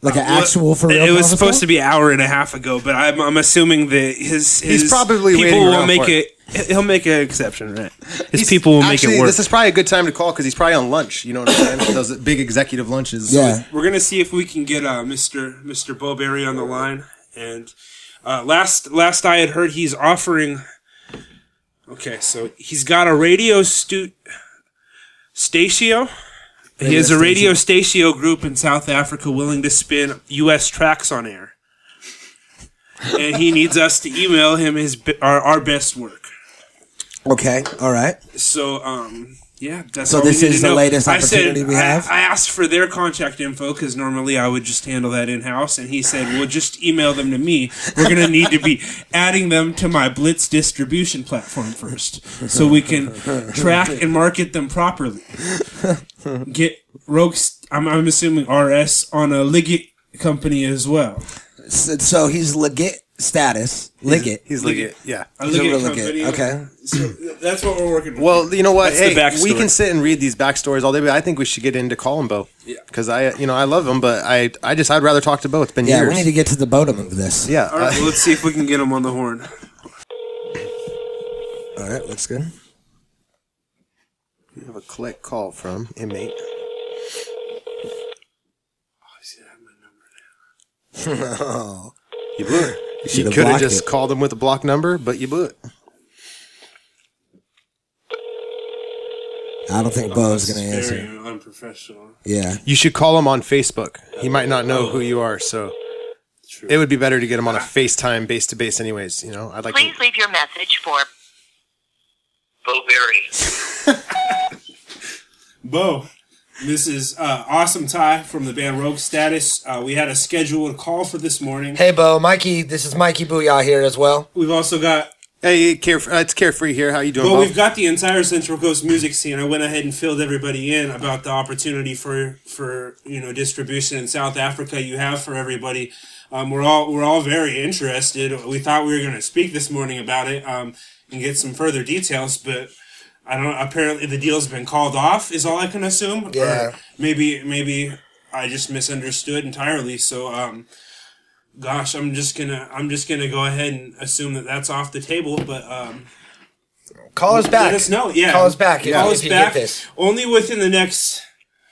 Speaker 1: Like an
Speaker 6: uh, Well,
Speaker 1: actual for real?
Speaker 6: It was
Speaker 1: conference
Speaker 6: supposed
Speaker 1: call?
Speaker 6: to be an hour and a half ago, but I'm, I'm assuming that his, his
Speaker 7: He's probably
Speaker 6: people
Speaker 7: waiting
Speaker 6: will
Speaker 7: around
Speaker 6: make
Speaker 7: for
Speaker 6: it. He'll make an exception, right? His people will make
Speaker 7: Actually,
Speaker 6: it work.
Speaker 7: This is probably a good time to call because he's probably on lunch. You know what I'm saying? Those big executive lunches.
Speaker 1: Yeah.
Speaker 6: We're gonna see if we can get uh, Mr. Mr. Boberry on the line. And uh, last last I had heard, he's offering. Okay, so he's got a radio stu statio. He has a radio statio group in South Africa willing to spin U.S. tracks on air, and he needs us to email him his be- our, our best work.
Speaker 1: Okay, all right.
Speaker 6: So, um, yeah, that's
Speaker 1: So
Speaker 6: all we
Speaker 1: this
Speaker 6: need
Speaker 1: is
Speaker 6: to
Speaker 1: the
Speaker 6: know.
Speaker 1: latest
Speaker 6: I said-
Speaker 1: opportunity we
Speaker 6: I-
Speaker 1: have?
Speaker 6: I, asked for their contact info because normally I would just handle that in house, and he said, "Well, just email them to me. We're gonna need to
Speaker 1: [LAUGHS]
Speaker 6: be adding them to my Blitz distribution platform first, so we can track and market them properly. Get Roke's. I'm, I'm assuming RS on a Liggett company as well.
Speaker 1: So, so he's legit status. Legit.
Speaker 7: He's legit. Yeah.
Speaker 6: A
Speaker 1: He's a
Speaker 6: Liggett
Speaker 1: real legit.
Speaker 6: company.
Speaker 1: Okay.
Speaker 6: So that's what we're working. with.
Speaker 7: Well, you know what?
Speaker 6: That's the
Speaker 7: hey, we
Speaker 6: backstory.
Speaker 7: can sit and read these backstories all day, but I think we should get into calling Bo.
Speaker 6: Yeah.
Speaker 7: Because I, you know, I love him, but I, I just, I'd rather talk to Bo. It's been
Speaker 1: Yeah,
Speaker 7: years.
Speaker 1: we need to get to the bottom of this.
Speaker 7: yeah.
Speaker 6: all right.
Speaker 7: uh,
Speaker 6: Well, let's see if we can get him on the horn.
Speaker 1: All right, looks good.
Speaker 7: we have a collect call from inmate. Oh, [LAUGHS] You blew it. You
Speaker 1: should've
Speaker 7: could have
Speaker 1: blocked
Speaker 7: just
Speaker 1: it.
Speaker 7: called him with a block number, but you blew it.
Speaker 1: I don't think Bo's going to answer.
Speaker 6: Very unprofessional.
Speaker 1: Yeah.
Speaker 7: You should call him on Facebook. He might not know who you are, so it would be better to get him on a FaceTime base to base, anyways. You know, I'd like
Speaker 8: Please
Speaker 7: to.
Speaker 8: leave your message for Bo Berry.
Speaker 6: Bo, this is uh, Awesome Ty from the band Rogue Status. Uh, we had a scheduled call for this morning.
Speaker 1: Hey, Bo. Mikey, this is Mikey Booyah here as well.
Speaker 6: We've also got,
Speaker 7: Hey, caref- uh, it's carefree here. How you doing?
Speaker 6: well,
Speaker 7: Bob?
Speaker 6: we've got the entire Central Coast music scene. I went ahead and filled everybody in about the opportunity for for you know distribution in South Africa you have for everybody. Um, we're all we're all very interested. We thought we were going to speak this morning about it um, and get some further details, but I don't. Apparently, the deal's been called off. Is all I can assume.
Speaker 1: Yeah.
Speaker 6: Or maybe, maybe I just misunderstood entirely. So, um, gosh, I'm just gonna, I'm just gonna go ahead and assume that that's off the table. But um,
Speaker 9: Call us back.
Speaker 6: let us know. Yeah.
Speaker 9: Call us back.
Speaker 6: Call
Speaker 9: if,
Speaker 6: us
Speaker 9: if you
Speaker 6: back.
Speaker 9: Get this.
Speaker 6: Only within the next.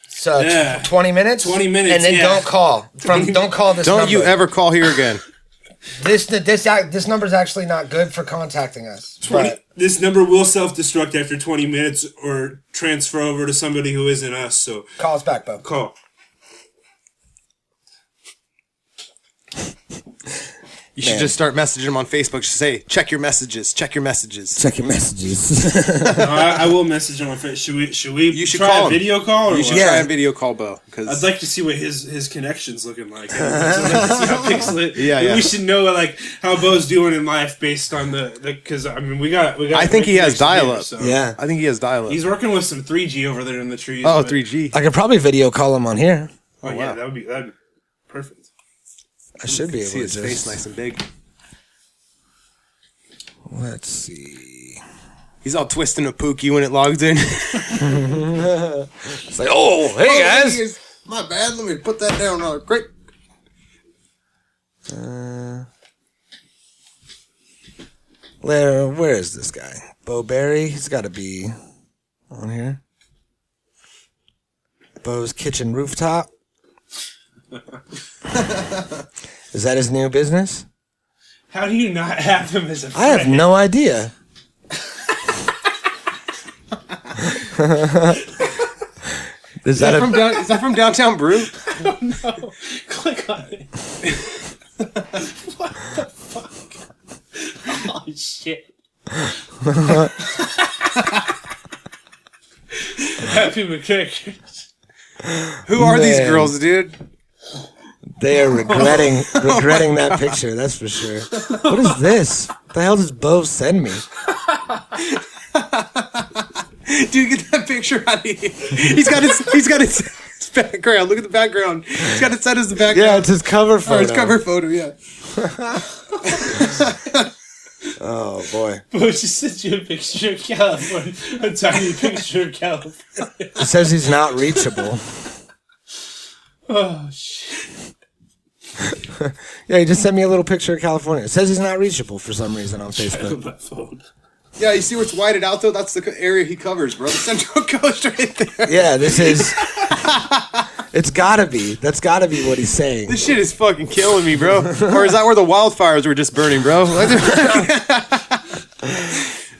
Speaker 9: So t-
Speaker 6: Yeah.
Speaker 9: twenty minutes.
Speaker 6: 20 minutes,
Speaker 9: And then
Speaker 6: yeah.
Speaker 9: don't call. From don't call this.
Speaker 7: Don't
Speaker 9: number.
Speaker 7: you ever call here [LAUGHS] again.
Speaker 9: This this act- this number's actually not good for contacting us.
Speaker 6: 20,
Speaker 9: But
Speaker 6: This number will self-destruct after 20 minutes or transfer over to somebody who isn't us. So
Speaker 9: call us back, Bo. [LAUGHS]
Speaker 6: call.
Speaker 7: You should just start messaging him on Facebook. Just say, check your messages. Check your messages.
Speaker 1: Check your messages.
Speaker 6: No, I, I will message him on Facebook. Should we? Should we?
Speaker 7: You should
Speaker 6: try
Speaker 7: call
Speaker 6: a
Speaker 7: him.
Speaker 6: video call. Or
Speaker 7: You should
Speaker 6: what?
Speaker 7: try and video call Bo
Speaker 6: I'd
Speaker 7: because
Speaker 6: like to see what his his connections looking
Speaker 9: [LAUGHS]
Speaker 6: like. I'd like to see how
Speaker 7: [LAUGHS]
Speaker 6: Pixlet-
Speaker 7: Yeah, yeah.
Speaker 6: We should know like how Bo's doing in life based on the because I mean we got we got.
Speaker 7: I
Speaker 6: a
Speaker 7: think
Speaker 6: great
Speaker 7: he has dial
Speaker 6: connection here,
Speaker 7: up.
Speaker 6: so-
Speaker 1: Yeah.
Speaker 7: I think he has Oh, dial up.
Speaker 6: he's working with some three G over there in the trees.
Speaker 7: Oh,
Speaker 6: but-
Speaker 1: [LAUGHS]
Speaker 7: 3G.
Speaker 1: I could probably video call him on here.
Speaker 6: Oh, yeah, that would be that'd be perfect.
Speaker 1: I should be able
Speaker 7: See
Speaker 1: to
Speaker 7: his
Speaker 1: just-
Speaker 7: face nice and big.
Speaker 1: Let's see.
Speaker 7: He's all twisting a pookie when it logs in. [LAUGHS]
Speaker 1: It's like, oh, hey guys.
Speaker 7: My bad. Let me put that down. Uh, great.
Speaker 1: Uh, Where, where is this guy? Bo Berry? He's got to be on here. Bo's Kitchen
Speaker 7: [LAUGHS]
Speaker 1: Rooftop. is that his new business?
Speaker 6: How do you not have him as a
Speaker 1: I
Speaker 6: friend?
Speaker 1: have no
Speaker 7: [LAUGHS]
Speaker 1: idea. [LAUGHS] is that
Speaker 7: From
Speaker 1: a,
Speaker 7: down, is that from downtown Brew?
Speaker 6: Click on it. what the fuck? [LAUGHS] Oh shit. Happy McCracken.
Speaker 7: Who are these
Speaker 1: Man.
Speaker 7: girls, dude? [LAUGHS]
Speaker 1: they are regretting regretting that picture? That's for sure. What is this? What the hell does Bo send me?
Speaker 7: Dude, get that picture out of here. He's got his. He's got his, [LAUGHS] his background. Look at the background. He's got it set as the background.
Speaker 1: Yeah, it's Oh, his cover photo.
Speaker 7: Or his cover photo, yeah.
Speaker 1: Oh boy.
Speaker 10: Bush sent you a picture of California, a tiny picture of California.
Speaker 1: It says he's not reachable.
Speaker 10: Oh shit!
Speaker 1: Yeah, he just sent me a little picture of California. It says he's not reachable for some reason on
Speaker 10: Look
Speaker 1: Facebook.
Speaker 10: at my phone.
Speaker 7: Yeah, you see where it's whited out though? That's the co- area he covers, bro. The Central [LAUGHS] Coast right there.
Speaker 1: Yeah, this is. It's gotta be. That's gotta be what he's saying.
Speaker 7: This shit is fucking killing me, bro. Or is that where the wildfires were just burning, bro?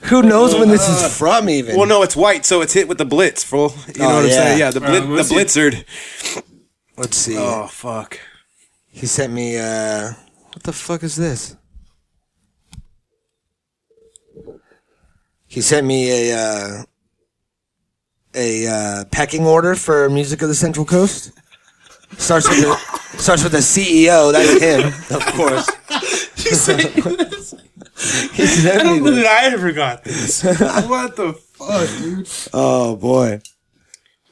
Speaker 1: Who knows when this is from? Even.
Speaker 7: well, no, it's white, so it's hit with the blitz, fool. You know
Speaker 1: Oh,
Speaker 7: what I'm
Speaker 1: yeah.
Speaker 7: saying? Yeah, the, blit-
Speaker 6: Alright,
Speaker 7: the
Speaker 6: let's see.
Speaker 7: blitzard.
Speaker 1: Let's see.
Speaker 7: Oh fuck.
Speaker 1: He sent me. uh What the fuck is this? He sent me a uh, a uh, pecking order for music of the Central Coast. Starts with a, starts with a CEO. That's him, of
Speaker 10: [LAUGHS]
Speaker 1: course.
Speaker 10: You say this?
Speaker 1: He sent
Speaker 10: I
Speaker 1: me
Speaker 10: don't know
Speaker 1: this.
Speaker 10: that I ever got this.
Speaker 7: What the fuck, dude?
Speaker 1: Oh boy.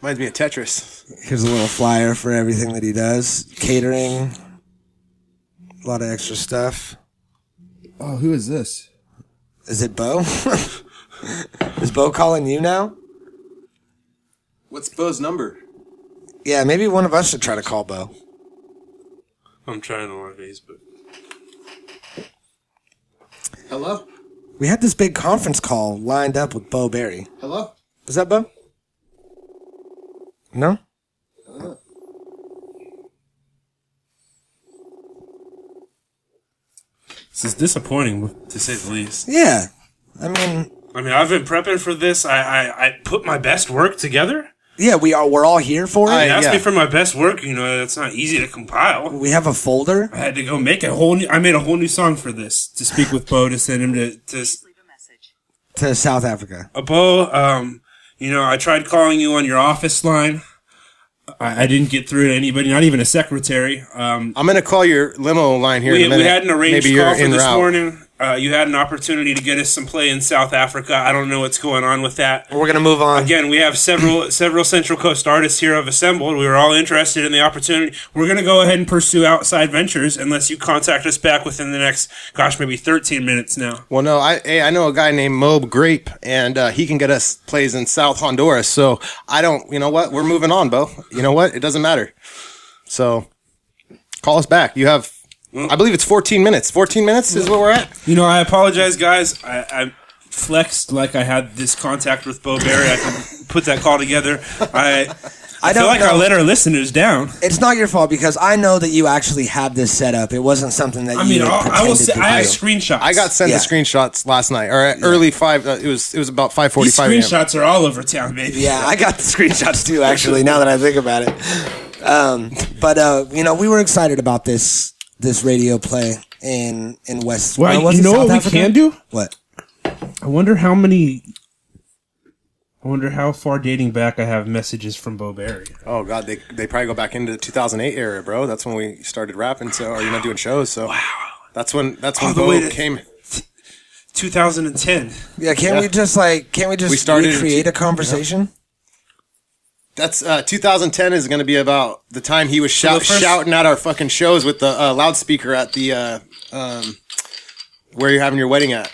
Speaker 7: Reminds me of Tetris.
Speaker 1: Here's a little flyer for everything that he does. Catering. A lot of extra stuff.
Speaker 11: Oh, who is this?
Speaker 1: Is it Bo? [LAUGHS] Is Bo calling you now?
Speaker 7: What's Bo's number?
Speaker 1: Yeah, maybe one of us should try to call Bo.
Speaker 6: I'm trying to on Facebook.
Speaker 7: Hello?
Speaker 1: We had this big conference call lined up with Bo Berry.
Speaker 7: Hello?
Speaker 1: Is that Bo? No?
Speaker 6: This is disappointing, to say the least.
Speaker 1: Yeah. I mean,
Speaker 6: I mean, I've been prepping for this. I I, I put my best work together.
Speaker 1: yeah, we are we're all here for it.
Speaker 6: They asked
Speaker 7: yeah.
Speaker 6: me for my best work. You know, that's not easy to compile.
Speaker 1: we have a folder.
Speaker 6: I had to go make a whole new. I made a whole new song for this to speak with Bo to send him to to s-
Speaker 1: To South Africa.
Speaker 6: uh, Bo. Um, you know, I tried calling you on your office line. I, I didn't get through to anybody, not even a secretary. Um,
Speaker 7: I'm gonna call your limo line here.
Speaker 6: we,
Speaker 7: in a
Speaker 6: we
Speaker 7: minute.
Speaker 6: had an arranged
Speaker 7: Maybe
Speaker 6: call
Speaker 7: you're
Speaker 6: for
Speaker 7: in
Speaker 6: this
Speaker 7: route.
Speaker 6: morning. Uh, you had an opportunity to get us some play in South Africa. I don't know what's going on with that.
Speaker 1: We're gonna move on.
Speaker 6: Again, we have
Speaker 7: [CLEARS THROAT]
Speaker 6: several several Central Coast artists here have assembled. We were all interested in the opportunity. We're going to go ahead and pursue outside ventures unless you contact us back within the next, gosh, maybe 13 minutes now.
Speaker 7: Well, no, I hey, I know a guy named Mob Grape, and uh, he can get us plays in South Honduras. So I don't, you know what? We're moving on, Bo. You know what? It doesn't matter. So call us back. You have, I believe it's 14 minutes. 14 minutes is where we're at.
Speaker 6: You know, I apologize, guys. I, I flexed like I had this contact with Bo Berry. I could put that call together. I, I,
Speaker 1: I
Speaker 6: feel
Speaker 1: don't
Speaker 6: like I
Speaker 1: know.
Speaker 6: let our listeners down.
Speaker 1: It's not your fault because I know that you actually had this set up. It wasn't something that
Speaker 6: I
Speaker 1: you
Speaker 6: mean,
Speaker 1: had
Speaker 6: I'll- I
Speaker 1: pretended
Speaker 6: will say
Speaker 1: to
Speaker 6: I have
Speaker 1: do.
Speaker 6: screenshots.
Speaker 7: I got sent
Speaker 1: Yeah.
Speaker 7: the screenshots last night, or at early five. Uh, it was it was about
Speaker 6: these
Speaker 7: 5:45 a.m.
Speaker 6: screenshots are all over town, baby.
Speaker 1: Yeah, I got the screenshots too. Actually, now that I think about it, um, but uh, you know, we were excited about this this radio play in in West.
Speaker 10: Well,
Speaker 1: uh, was
Speaker 10: you
Speaker 1: it
Speaker 10: know
Speaker 1: South
Speaker 10: what we
Speaker 1: Africa?
Speaker 10: can do?
Speaker 1: What?
Speaker 6: I wonder how many. I wonder how far dating back I have messages from Bo Berry.
Speaker 7: Oh God, they they probably go back into the 2008 era, bro. That's when we started rapping. So or you know doing shows. So that's when that's when
Speaker 6: All the way
Speaker 7: Bo
Speaker 6: to-
Speaker 7: came.
Speaker 6: 2010.
Speaker 1: Yeah, can't we just like can't we just
Speaker 7: We started in
Speaker 1: create
Speaker 7: two-
Speaker 1: a conversation?
Speaker 7: That's uh, 2010 is going to be about the time he was shout,
Speaker 6: the first-
Speaker 7: shouting at our fucking shows with the uh, loudspeaker at the uh, um, where you're having your wedding at.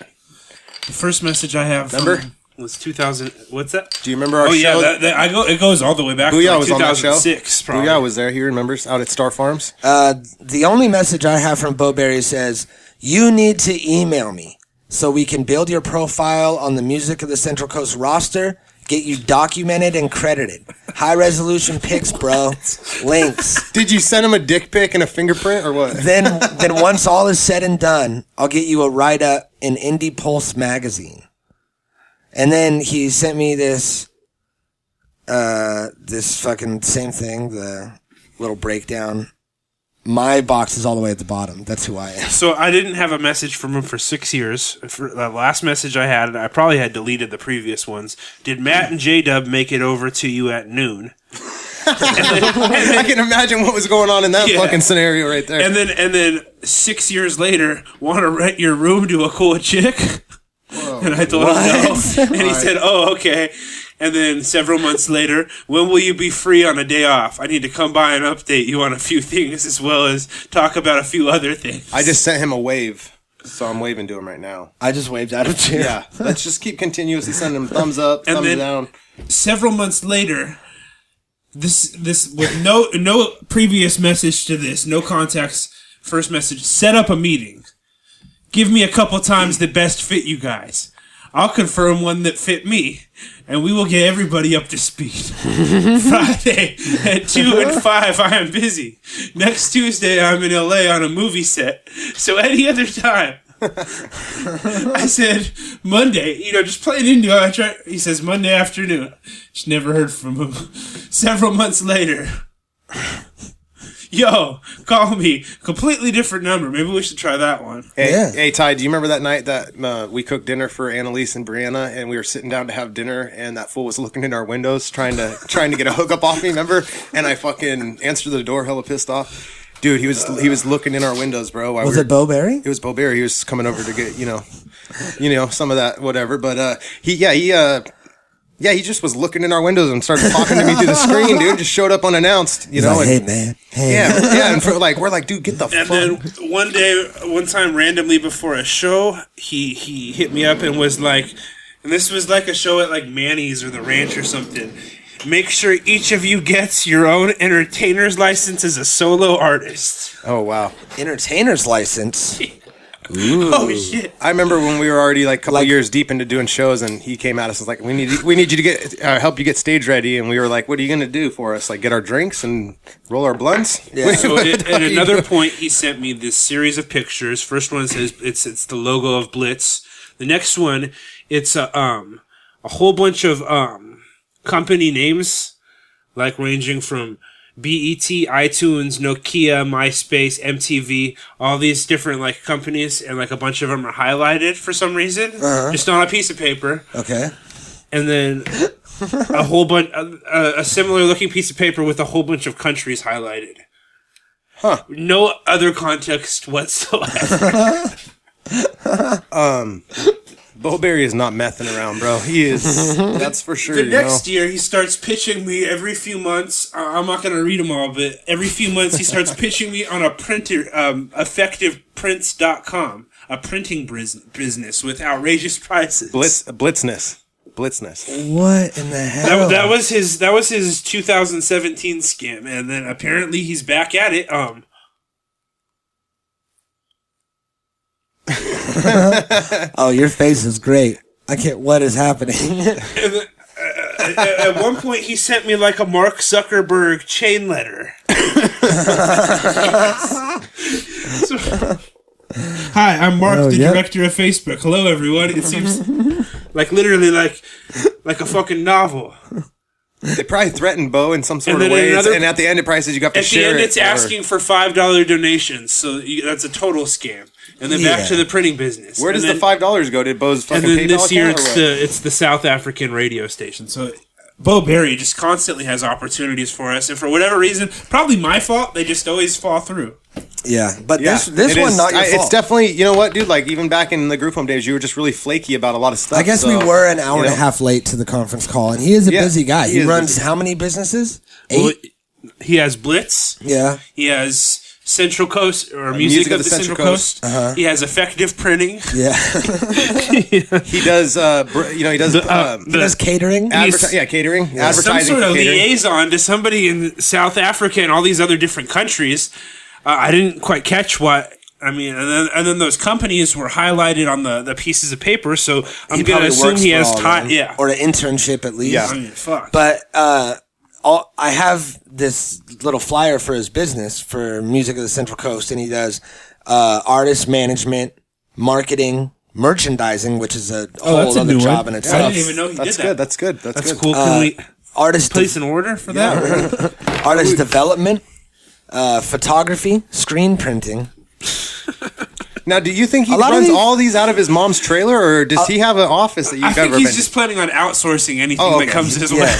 Speaker 6: The first message I have from
Speaker 7: Remember?
Speaker 6: was 2000. What's that?
Speaker 7: Do you remember our
Speaker 6: Oh yeah,
Speaker 7: show?
Speaker 6: that, that- I go. It goes all the way back
Speaker 7: Booyah
Speaker 6: to like
Speaker 7: was on that show.
Speaker 6: 2006. probably.
Speaker 7: Booyah was there. He remembers out at Star Farms.
Speaker 1: Uh, the only message I have from Bo Berry says, "You need to email me so we can build your profile on the music of the Central Coast roster." Get you documented and credited. High resolution pics, bro. Links.
Speaker 7: Did you send him a dick pic and a fingerprint or what?
Speaker 1: then then once all is said and done, I'll get you a write up in Indie Pulse magazine. And then he sent me this uh this fucking same thing, the little breakdown. My box is all the way at the bottom. That's who I am.
Speaker 6: So I didn't have a message from him for six years. For the last message I had, I probably had deleted the previous ones. Did Matt and J Dub make it over to you at noon? [LAUGHS]
Speaker 7: [LAUGHS] I can imagine what was going on in that
Speaker 6: Yeah.
Speaker 7: fucking scenario right there.
Speaker 6: And then, and then six years later, want to rent your room to a cool chick? And I told him no. And he said, "Oh, okay." And then several months later, when will you be free on a day off? I need to come by and update you on a few things as well as talk about a few other things.
Speaker 7: I just sent him a wave, so I'm waving to him right now.
Speaker 5: I just waved at him too.
Speaker 7: Yeah, [LAUGHS] let's just keep continuously sending him thumbs up,
Speaker 6: And
Speaker 7: thumbs
Speaker 6: then-
Speaker 7: down.
Speaker 6: Several months later, this this with no no previous message to this, no context. First message: set up a meeting. Give me a couple times that best fit you guys. I'll confirm one that fit me, and we will get everybody up to speed. Friday at 2 and 5, I am busy. Next Tuesday, I'm in LA on a movie set. So any other time. I said, Monday, you know, just playing into it. I try, he says, Monday afternoon. Just never heard from him. [LAUGHS] Several months later, yo, call me. Completely different number. Maybe we should try that one.
Speaker 7: Hey, hey, Ty, do you remember that night that uh, we cooked dinner for Annalise and Brianna, and we were sitting down to have dinner, and that fool was looking in our windows trying to [LAUGHS] trying to get a hookup off me, remember? And I fucking answered the door, hella pissed off. Dude, he was he was looking in our windows, bro. while
Speaker 5: Was
Speaker 7: we
Speaker 5: it Bo Berry?
Speaker 7: It was Bo Berry. He was coming over to get you know, you know, some of that whatever. But uh, he, yeah, he, uh, yeah, he just was looking in our windows and started talking to me through the screen, dude. Just showed up unannounced, you
Speaker 5: He's
Speaker 7: know.
Speaker 1: Oh,
Speaker 5: like,
Speaker 7: and-
Speaker 5: hey man, hey.
Speaker 7: Yeah, yeah, and for, like we're like, dude, get the
Speaker 6: And
Speaker 7: fuck.
Speaker 6: [LAUGHS] then one day, one time, randomly before a show, he he hit me up and was like, and this was like a show at like Manny's or the Ranch or something. Make sure each of you gets your own entertainer's license as a solo artist.
Speaker 7: oh wow,
Speaker 5: entertainer's license.
Speaker 6: Oh shit!
Speaker 7: I remember when we were already like a couple years deep into doing shows, and he came at us and was like, "We need we need you to get uh, help you get stage ready." And we were like, "What are you gonna do for us? Like get our drinks and roll our blunts?" Yeah.
Speaker 6: [LAUGHS] So at, at another point, he sent me this series of pictures. First one says it's it's the logo of Blitz. The next one, it's a um a whole bunch of um company names, like ranging from BET, iTunes, Nokia, MySpace, MTV, all these different like companies, and like a bunch of them are highlighted for some reason, just on a piece of paper
Speaker 5: Okay.
Speaker 6: and then a whole bunch a, a similar looking piece of paper with a whole bunch of countries highlighted huh no other context whatsoever
Speaker 7: Bo Berry is not messing around, bro.
Speaker 5: [LAUGHS]
Speaker 7: He is. that's for sure.
Speaker 6: the
Speaker 7: you know?
Speaker 6: next year he starts pitching me every few months uh, i'm not going to read them all but every few months he starts pitching me on a printer um, effectiveprints.com a printing bris- business with outrageous prices
Speaker 7: Blitz, blitzness, blitzness.
Speaker 5: What in the hell?
Speaker 6: That, that was his that was his 2017 scam and then apparently he's back at it um
Speaker 5: oh, your face is great. I can't. What is happening?
Speaker 1: [LAUGHS]
Speaker 6: at at one point he sent me like a Mark Zuckerberg
Speaker 7: [LAUGHS]
Speaker 6: chain letter. So- Hi, I'm Mark,
Speaker 5: Oh,
Speaker 6: the
Speaker 5: yeah.
Speaker 6: director of Facebook. Hello, everyone. It seems like literally like like a fucking novel.
Speaker 7: They probably threatened Bo in some sort
Speaker 6: And
Speaker 7: of
Speaker 6: then
Speaker 7: way,
Speaker 6: another-
Speaker 7: and at the end it probably says you have to
Speaker 6: At the
Speaker 7: share
Speaker 6: end,
Speaker 7: it,
Speaker 6: it's
Speaker 7: or-
Speaker 6: asking for five dollar donations, so you, that's a total scam. And then
Speaker 5: Yeah.
Speaker 6: back to the printing business.
Speaker 7: Where
Speaker 6: And
Speaker 7: does
Speaker 6: then-
Speaker 7: the five dollars go? Did Bo's
Speaker 6: And
Speaker 7: fucking
Speaker 6: then
Speaker 7: PayPal
Speaker 6: this year,
Speaker 7: account or
Speaker 6: it's uh,
Speaker 7: what?
Speaker 6: the it's the South African radio station. So Bo Berry just constantly has opportunities for us, and for whatever reason, probably my fault, they just always fall through.
Speaker 5: yeah, but
Speaker 7: Yeah,
Speaker 5: this this
Speaker 7: it
Speaker 5: one
Speaker 7: is-
Speaker 5: not your
Speaker 7: I-
Speaker 5: fault.
Speaker 7: It's definitely you know what, dude. Like even back in the group home days, you were just really flaky about a lot of stuff.
Speaker 5: I guess we
Speaker 7: so,
Speaker 5: were an hour
Speaker 7: you
Speaker 5: and a
Speaker 7: know.
Speaker 5: half late to the conference call, and he is a
Speaker 7: Yeah,
Speaker 5: busy guy.
Speaker 7: he
Speaker 5: He,
Speaker 7: is
Speaker 5: runs
Speaker 7: busy.
Speaker 5: how many businesses? Eight.
Speaker 6: Well, he has Blitz.
Speaker 5: yeah.
Speaker 6: He has Central Coast or Uh, music, of, the Central, Coast. Uh-huh. He has effective printing.
Speaker 5: Yeah. [LAUGHS]
Speaker 7: He does, uh, br- you know, he does.
Speaker 6: uh,
Speaker 7: um,
Speaker 6: the-
Speaker 5: [LAUGHS] That's catering.
Speaker 7: adverti- yeah, catering,
Speaker 6: some
Speaker 7: advertising,
Speaker 6: sort
Speaker 7: for
Speaker 6: of E
Speaker 7: catering.
Speaker 6: liaison to somebody in South Africa and all these other different countries. Uh, I didn't quite catch what. I mean, and then, and then those companies were highlighted on the, the pieces of paper, so I'm going to
Speaker 5: probably
Speaker 6: assume
Speaker 5: works
Speaker 6: he
Speaker 5: for
Speaker 6: has
Speaker 5: all of
Speaker 6: time.
Speaker 5: them,
Speaker 6: Yeah.
Speaker 5: Or an internship at least.
Speaker 6: I mean, fuck.
Speaker 5: But uh, all, I have this little flyer for his business for Music of the Central Coast, and he does uh, artist management, marketing, merchandising, which is a
Speaker 6: Oh,
Speaker 12: that's
Speaker 5: whole
Speaker 12: a
Speaker 5: other
Speaker 12: new
Speaker 5: job
Speaker 12: one.
Speaker 5: in
Speaker 6: I
Speaker 5: itself.
Speaker 6: didn't even know he
Speaker 7: That's
Speaker 6: did
Speaker 7: good.
Speaker 6: that.
Speaker 7: That's good. That's,
Speaker 6: That's
Speaker 7: good. Uh,
Speaker 6: cool. Can we
Speaker 5: Artist,
Speaker 6: place an order for that?
Speaker 5: artist development, uh, photography, screen printing.
Speaker 7: Now, do you think he
Speaker 5: lot of
Speaker 7: runs
Speaker 5: these- Uh,
Speaker 7: all these out of his mom's trailer, or does he have an office that you've
Speaker 6: I think
Speaker 7: ever
Speaker 6: he's
Speaker 7: been?
Speaker 6: just planning on outsourcing anything
Speaker 7: Oh, okay.
Speaker 6: that comes his
Speaker 5: Yeah.
Speaker 6: way.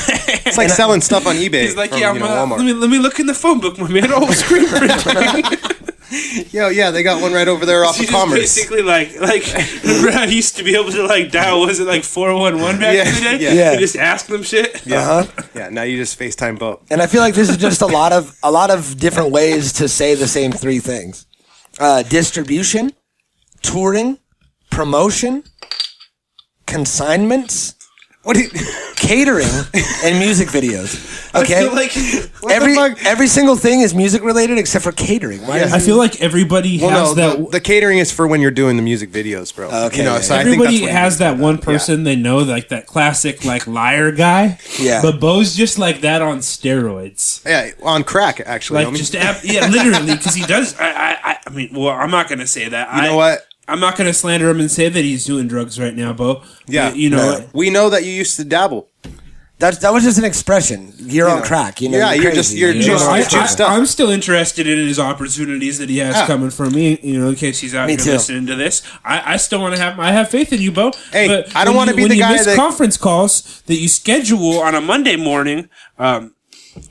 Speaker 7: it's
Speaker 6: [LAUGHS]
Speaker 7: like selling stuff on eBay.
Speaker 6: He's like,
Speaker 7: from,
Speaker 6: yeah,
Speaker 7: you
Speaker 6: I'm
Speaker 7: know,
Speaker 6: gonna,
Speaker 7: Walmart. [LAUGHS]
Speaker 6: let me let me look in the phone book, my man. Oh, screen printing.
Speaker 7: Yo, yeah, they got one right
Speaker 13: [LAUGHS]
Speaker 7: over there off
Speaker 13: She
Speaker 7: of
Speaker 13: just
Speaker 7: Commerce.
Speaker 13: basically like like [LAUGHS] remember how I used to be able to like dial was it like four one one back
Speaker 7: Yeah,
Speaker 13: in the day?
Speaker 7: yeah. Yeah.
Speaker 13: You just ask them shit. [LAUGHS]
Speaker 7: Yeah,
Speaker 1: Uh-huh.
Speaker 7: yeah. Now you just FaceTime Bo.
Speaker 1: And I feel like this is just a lot of a lot of different ways to say the same three things: uh, distribution, touring, promotion, consignments, what do you, catering, and music videos. Okay,
Speaker 13: feel like- what the
Speaker 1: every
Speaker 7: fuck?
Speaker 1: every single thing is music related except for catering. Why is it-
Speaker 6: like everybody
Speaker 7: Well, no,
Speaker 6: has that.
Speaker 7: The, the catering is for when you're doing the music videos, bro.
Speaker 1: okay,
Speaker 7: you know,
Speaker 1: yeah,
Speaker 7: so I
Speaker 6: Everybody
Speaker 7: think that's what
Speaker 6: has that one person they know, like that classic like liar guy.
Speaker 1: Yeah.
Speaker 6: But Bo's just like that on steroids.
Speaker 7: Yeah, on crack actually.
Speaker 6: Like
Speaker 7: homie. [LAUGHS]
Speaker 6: just ab- yeah, literally, because he does. I, I I- I mean, well, I'm not gonna say that.
Speaker 7: You
Speaker 6: I,
Speaker 7: know what?
Speaker 6: I'm not gonna slander him and say that he's doing drugs right now, Bo.
Speaker 7: Yeah,
Speaker 6: But you know what?
Speaker 7: we know that you used to dabble.
Speaker 1: that that was just an expression. You're on crack. You know,
Speaker 7: Yeah, you're just-
Speaker 1: crazy,
Speaker 7: you're
Speaker 1: you
Speaker 7: just- Ah.
Speaker 1: know?
Speaker 6: I,
Speaker 7: it's juiced up.
Speaker 6: am still interested in his opportunities that he has
Speaker 7: Yeah.
Speaker 6: coming for me. You know, in case he's out
Speaker 1: Me
Speaker 6: here
Speaker 1: too.
Speaker 6: listening to this, I, I still want to have I have faith in you, Bo.
Speaker 7: Hey,
Speaker 6: but
Speaker 7: I don't
Speaker 6: when
Speaker 7: wanna
Speaker 6: you-
Speaker 7: be
Speaker 6: when
Speaker 7: the
Speaker 6: you
Speaker 7: guy
Speaker 6: miss
Speaker 7: that-
Speaker 6: conference calls that you schedule on a Monday morning. Um,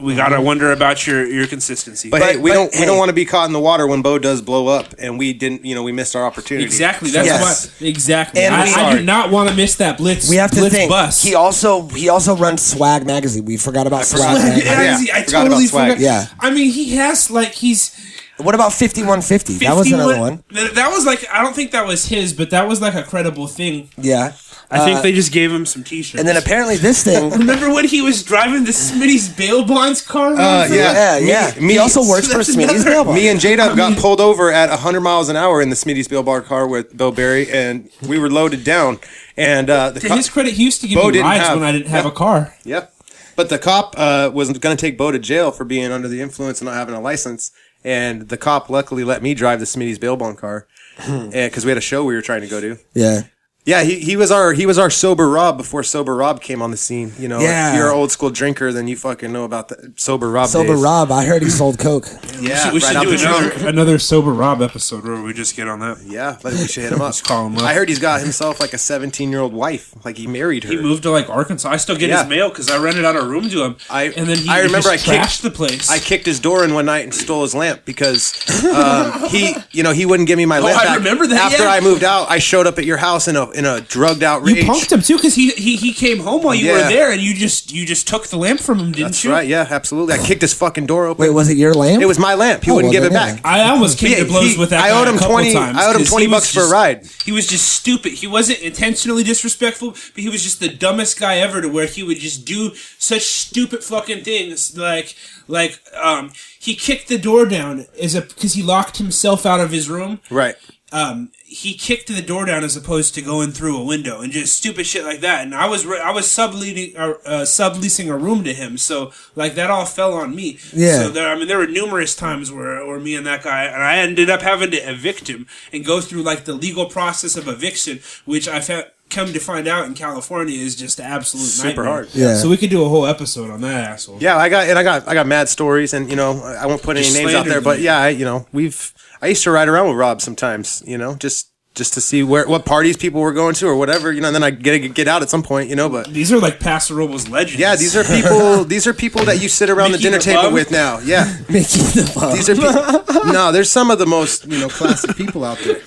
Speaker 6: we gotta wonder about your your consistency.
Speaker 7: Mm-hmm. But, hey, we
Speaker 1: but,
Speaker 7: don't we
Speaker 1: hey.
Speaker 7: don't want to be caught in the water when Bo does blow up, and we didn't. You know, we missed our opportunity.
Speaker 6: exactly, that's
Speaker 1: Yes.
Speaker 6: why. Exactly,
Speaker 1: And we-
Speaker 6: I, I
Speaker 1: Sorry.
Speaker 6: do not want to miss that blitz.
Speaker 1: We have to
Speaker 6: blitz
Speaker 1: think.
Speaker 6: bus.
Speaker 1: He also he also runs Swag magazine. We forgot about Swag.
Speaker 6: [LAUGHS] Swag,
Speaker 1: magazine.
Speaker 6: yeah,
Speaker 7: Yeah,
Speaker 6: I
Speaker 7: forgot about
Speaker 6: totally
Speaker 7: swag.
Speaker 6: forgot.
Speaker 1: Yeah.
Speaker 6: I mean, he has like he's
Speaker 1: What about fifty one fifty? That was
Speaker 6: 51
Speaker 1: another one.
Speaker 6: Th- that was like I don't think that was his, but that was like a credible thing.
Speaker 1: Yeah.
Speaker 13: I
Speaker 7: Uh,
Speaker 13: think they just gave him some T-shirts.
Speaker 1: And then apparently
Speaker 7: [LAUGHS]
Speaker 1: this thing.
Speaker 6: [LAUGHS] Remember when he was driving the Smitty's bail bonds car?
Speaker 7: Uh,
Speaker 6: around for-
Speaker 7: yeah,
Speaker 1: Yeah, yeah.
Speaker 7: Me,
Speaker 1: he also works for
Speaker 6: That's
Speaker 1: Smitty's
Speaker 6: another-
Speaker 1: Mailbox.
Speaker 7: me and J Dub got pulled over at 100 miles an hour in the Smitty's Bill Bar car with Bill Berry, and we were loaded down. And uh, the
Speaker 6: To
Speaker 7: cop-
Speaker 6: his credit, he used to give
Speaker 7: Bo
Speaker 6: me
Speaker 7: didn't
Speaker 6: rides
Speaker 7: have-
Speaker 6: when I didn't have
Speaker 7: yeah.
Speaker 6: a car.
Speaker 7: Yep. But the cop uh, was going to take Bo to jail for being under the influence and not having a license. And the cop luckily let me drive the Smitty's bail bond
Speaker 6: [LAUGHS]
Speaker 7: car because we had a show we were trying to go to.
Speaker 1: yeah.
Speaker 7: Yeah, he, he was our he was our sober Rob before sober Rob came on the scene. You know,
Speaker 1: Yeah.
Speaker 7: if you're an old school drinker, then you fucking know about the sober Rob.
Speaker 1: Sober
Speaker 7: days.
Speaker 1: Rob, I heard he sold coke.
Speaker 7: Yeah,
Speaker 13: we should
Speaker 7: right out
Speaker 13: do
Speaker 7: the
Speaker 13: another-
Speaker 7: trunk.
Speaker 6: Another sober Rob episode where we just get on that.
Speaker 7: Yeah, but we should hit him up.
Speaker 6: Just call him up.
Speaker 7: I heard he's got himself like a 17 year old wife. Like he married her.
Speaker 6: He moved to like Arkansas. I still get
Speaker 7: Yeah.
Speaker 6: his mail because I rented out a room to him.
Speaker 7: I-
Speaker 6: and then he
Speaker 7: I remember
Speaker 6: just
Speaker 7: I kicked-
Speaker 6: trashed the place.
Speaker 7: I kicked his door in one night and stole his lamp because um, he, you know, he wouldn't give me my lamp.
Speaker 6: Oh, I
Speaker 7: back.
Speaker 6: remember that,
Speaker 7: After
Speaker 6: yeah.
Speaker 7: I moved out, I showed up at your house in a in a drugged out
Speaker 6: you
Speaker 7: rage.
Speaker 6: punked him too because he, he he came home while you
Speaker 7: Yeah.
Speaker 6: were there and you just you just took the lamp from him, didn't
Speaker 7: That's
Speaker 6: you?
Speaker 7: right. Yeah, absolutely. I kicked his fucking door open.
Speaker 1: Wait, was it your lamp?
Speaker 7: it was my lamp. He
Speaker 1: Oh,
Speaker 7: wouldn't
Speaker 1: well,
Speaker 7: give it
Speaker 1: then, yeah.
Speaker 7: back.
Speaker 6: I almost came
Speaker 7: Yeah,
Speaker 6: to blows
Speaker 7: he-
Speaker 6: with that.
Speaker 7: I
Speaker 6: guy
Speaker 7: owed him
Speaker 6: a couple
Speaker 7: 20
Speaker 6: Times
Speaker 7: I owed him
Speaker 6: 'cause
Speaker 7: 20
Speaker 6: he was
Speaker 7: bucks for a
Speaker 6: just-
Speaker 7: ride.
Speaker 6: He was just stupid. He wasn't intentionally disrespectful, but he was just the dumbest guy ever. To where he would just do such stupid fucking things, like like um he kicked the door down as a because he locked himself out of his room.
Speaker 7: Right.
Speaker 6: Um, he kicked the door down as opposed to going through a window and just stupid shit like that. And I was re- I was subleasing uh, uh, subleasing a room to him, so like that all fell on me.
Speaker 1: Yeah.
Speaker 6: So there, I mean, there were numerous times where, where me and that guy, and I ended up having to evict him and go through like the legal process of eviction, which I found come to find out in California is just an absolute
Speaker 7: Super
Speaker 6: nightmare.
Speaker 7: hard.
Speaker 1: Yeah.
Speaker 6: So we could do a whole episode on that asshole.
Speaker 7: Yeah, I got and I got I got mad stories, and you know I won't put any
Speaker 6: Just
Speaker 7: names out
Speaker 6: slandered
Speaker 7: there, but
Speaker 6: me.
Speaker 7: yeah, I, you know we've I used to ride around with Rob sometimes, you know, just just to see where what parties people were going to or whatever, you know, and then I get get out at some point, you know, but
Speaker 6: These are like Paso Robles legends.
Speaker 7: Yeah, these are
Speaker 6: [LAUGHS]
Speaker 7: people. these are people that you sit around
Speaker 6: Mickey
Speaker 7: the dinner
Speaker 6: the
Speaker 7: table
Speaker 6: Bum?
Speaker 7: with now. Yeah,
Speaker 1: [LAUGHS] Mickey the Bum.
Speaker 7: these are [LAUGHS] people. no, there's some of the most you know classic people out there.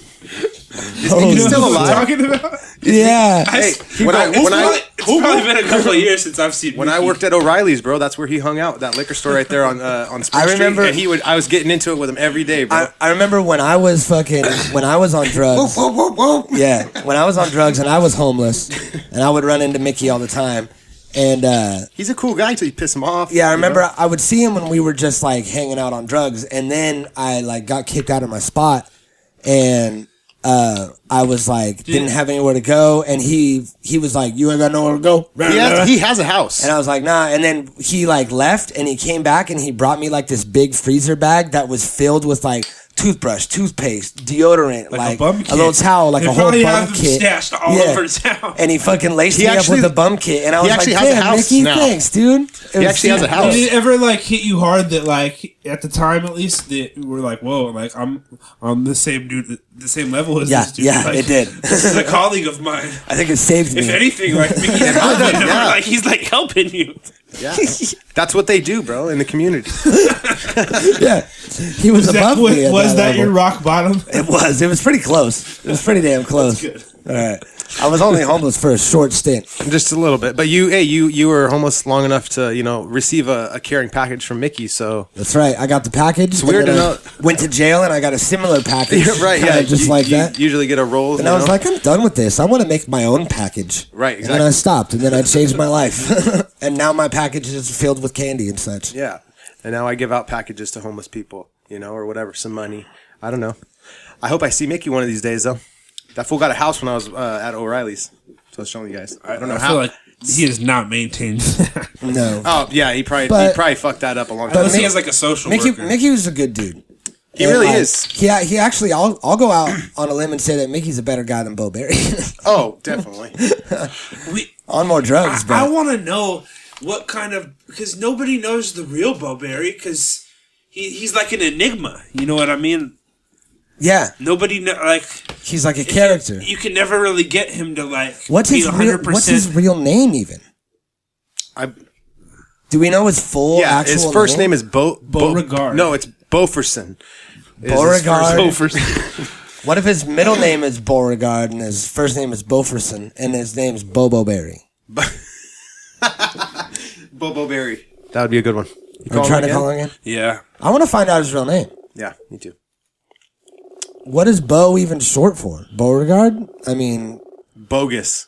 Speaker 7: Is
Speaker 1: Oh,
Speaker 7: Mickey
Speaker 1: no.
Speaker 7: still alive?
Speaker 6: talking about.
Speaker 1: yeah.
Speaker 7: Hey, when I when I
Speaker 6: it's probably been a couple of years since I've seen.
Speaker 7: when I
Speaker 6: Mickey.
Speaker 7: worked at O'Reilly's, bro, that's where he hung out. That liquor store right there on uh, on Spring
Speaker 1: I remember-
Speaker 7: Street. And he would. I was getting into it with him every day, bro.
Speaker 1: I, I remember when I was fucking when I was on drugs.
Speaker 7: whoa, whoa, whoa.
Speaker 1: Yeah, when I was on drugs and I was
Speaker 7: [LAUGHS]
Speaker 1: homeless, and I would run into Mickey all the time. And uh,
Speaker 7: He's a cool guy until you piss him off.
Speaker 1: yeah, I
Speaker 7: you
Speaker 1: remember
Speaker 7: know?
Speaker 1: I would see him when we were just like hanging out on drugs, and then I like got kicked out of my spot, and uh, I was like didn't have anywhere to go, and he he was like, "You ain't got nowhere to go."
Speaker 7: He has, he has a house.
Speaker 1: And I was like, nah. And then he like left and he came back and he brought me like this big freezer bag that was filled with like toothbrush, toothpaste, deodorant, like,
Speaker 6: bum kit.
Speaker 1: little towel, like
Speaker 6: They
Speaker 1: a whole
Speaker 6: probably have
Speaker 1: bum
Speaker 6: them
Speaker 1: kit.
Speaker 6: stashed all over town.
Speaker 1: And he fucking laced
Speaker 7: He
Speaker 1: me
Speaker 7: actually-
Speaker 1: up with a bum kit. And I
Speaker 7: he
Speaker 1: was like,
Speaker 7: actually has a
Speaker 1: damn,
Speaker 7: house
Speaker 1: Mickey,
Speaker 7: now.
Speaker 1: thanks, dude. It
Speaker 7: He
Speaker 1: was
Speaker 7: actually has a
Speaker 1: super-
Speaker 7: house.
Speaker 6: Did it ever like hit you hard that like at the time at least that you were like, whoa, like I'm on the same dude, the same level as
Speaker 1: Yeah,
Speaker 6: this dude.
Speaker 1: yeah,
Speaker 6: like,
Speaker 1: it did.
Speaker 6: This is a colleague of mine.
Speaker 1: I think it saved me.
Speaker 6: [LAUGHS] If anything, like Mickey's helping him. Like he's like helping you.
Speaker 7: Yeah. That's what they do, bro, in the community.
Speaker 1: [LAUGHS] yeah, he was,
Speaker 7: Was that-
Speaker 1: above me. at
Speaker 7: was that
Speaker 1: level.
Speaker 7: your
Speaker 14: rock bottom?
Speaker 1: It was. It was pretty close. It was pretty damn close. All right, I was only homeless for a short stint.
Speaker 7: [LAUGHS] Just a little bit, but you, hey, you, you were homeless long enough to, you know, receive a, a caring package from Mickey. So
Speaker 1: That's right. I got the package. It's
Speaker 7: weird to know-
Speaker 1: Went to jail and I got a similar package.
Speaker 7: you're [LAUGHS] [LAUGHS] right,
Speaker 1: kinda
Speaker 7: yeah,
Speaker 1: just
Speaker 7: you-
Speaker 1: like
Speaker 7: you
Speaker 1: that.
Speaker 7: Usually get a roll.
Speaker 1: And
Speaker 7: you
Speaker 1: I was
Speaker 7: know?
Speaker 1: like, I'm done with this. I want to make my own package.
Speaker 7: Right,
Speaker 1: And then I
Speaker 7: exactly.
Speaker 1: stopped, and then I changed my life. [LAUGHS] and now my package is filled with candy and such.
Speaker 7: yeah, and now I give out packages to homeless people, you know, or whatever, some money. I don't know. I hope I see Mickey one of these days, though. That fool got a house when I was uh, at O'Reilly's, so I was showing you guys. I don't know
Speaker 14: I
Speaker 7: how.
Speaker 14: feel like he has not
Speaker 6: [LAUGHS]
Speaker 14: maintained.
Speaker 1: no.
Speaker 7: oh yeah, he probably he
Speaker 1: But-
Speaker 7: probably fucked that up a long
Speaker 1: But
Speaker 7: time.
Speaker 1: Mickey- Mickey,
Speaker 7: worker.
Speaker 1: Mickey was a good dude.
Speaker 7: He
Speaker 1: And,
Speaker 7: really
Speaker 1: like,
Speaker 7: is.
Speaker 1: He, he actually, I'll, I'll go out [CLEARS THROAT] on a limb and say that Mickey's a better guy than Bo Berry. [LAUGHS]
Speaker 7: oh, definitely.
Speaker 1: on more drugs, bro.
Speaker 14: I want to know what kind of because nobody knows the real Bo Berry because he, he's like an enigma. You know what I mean?
Speaker 1: yeah.
Speaker 14: Nobody kn- like
Speaker 1: He's like a character.
Speaker 14: you can never really get him to like
Speaker 1: What's
Speaker 14: be
Speaker 1: his, real,
Speaker 14: 100%.
Speaker 1: what's his real name, even? [LAUGHS]
Speaker 7: I-
Speaker 1: Do we know his full
Speaker 7: yeah,
Speaker 1: actual
Speaker 7: his first name is Bo, Bo
Speaker 14: Beauregard.
Speaker 7: No, it's Boferson. Is his first- [LAUGHS]
Speaker 1: Beauregard.
Speaker 7: Boferson.
Speaker 1: What if his middle name is Beauregard and his first name is Boferson and his name's Bobo Berry?
Speaker 7: Bobo Berry. That would be a good one. You
Speaker 1: I'm trying to call him again.
Speaker 6: Yeah.
Speaker 1: I want to find out his real name.
Speaker 7: Yeah, me too.
Speaker 1: What is Bo even short for? Beauregard? I mean,
Speaker 7: Bogus.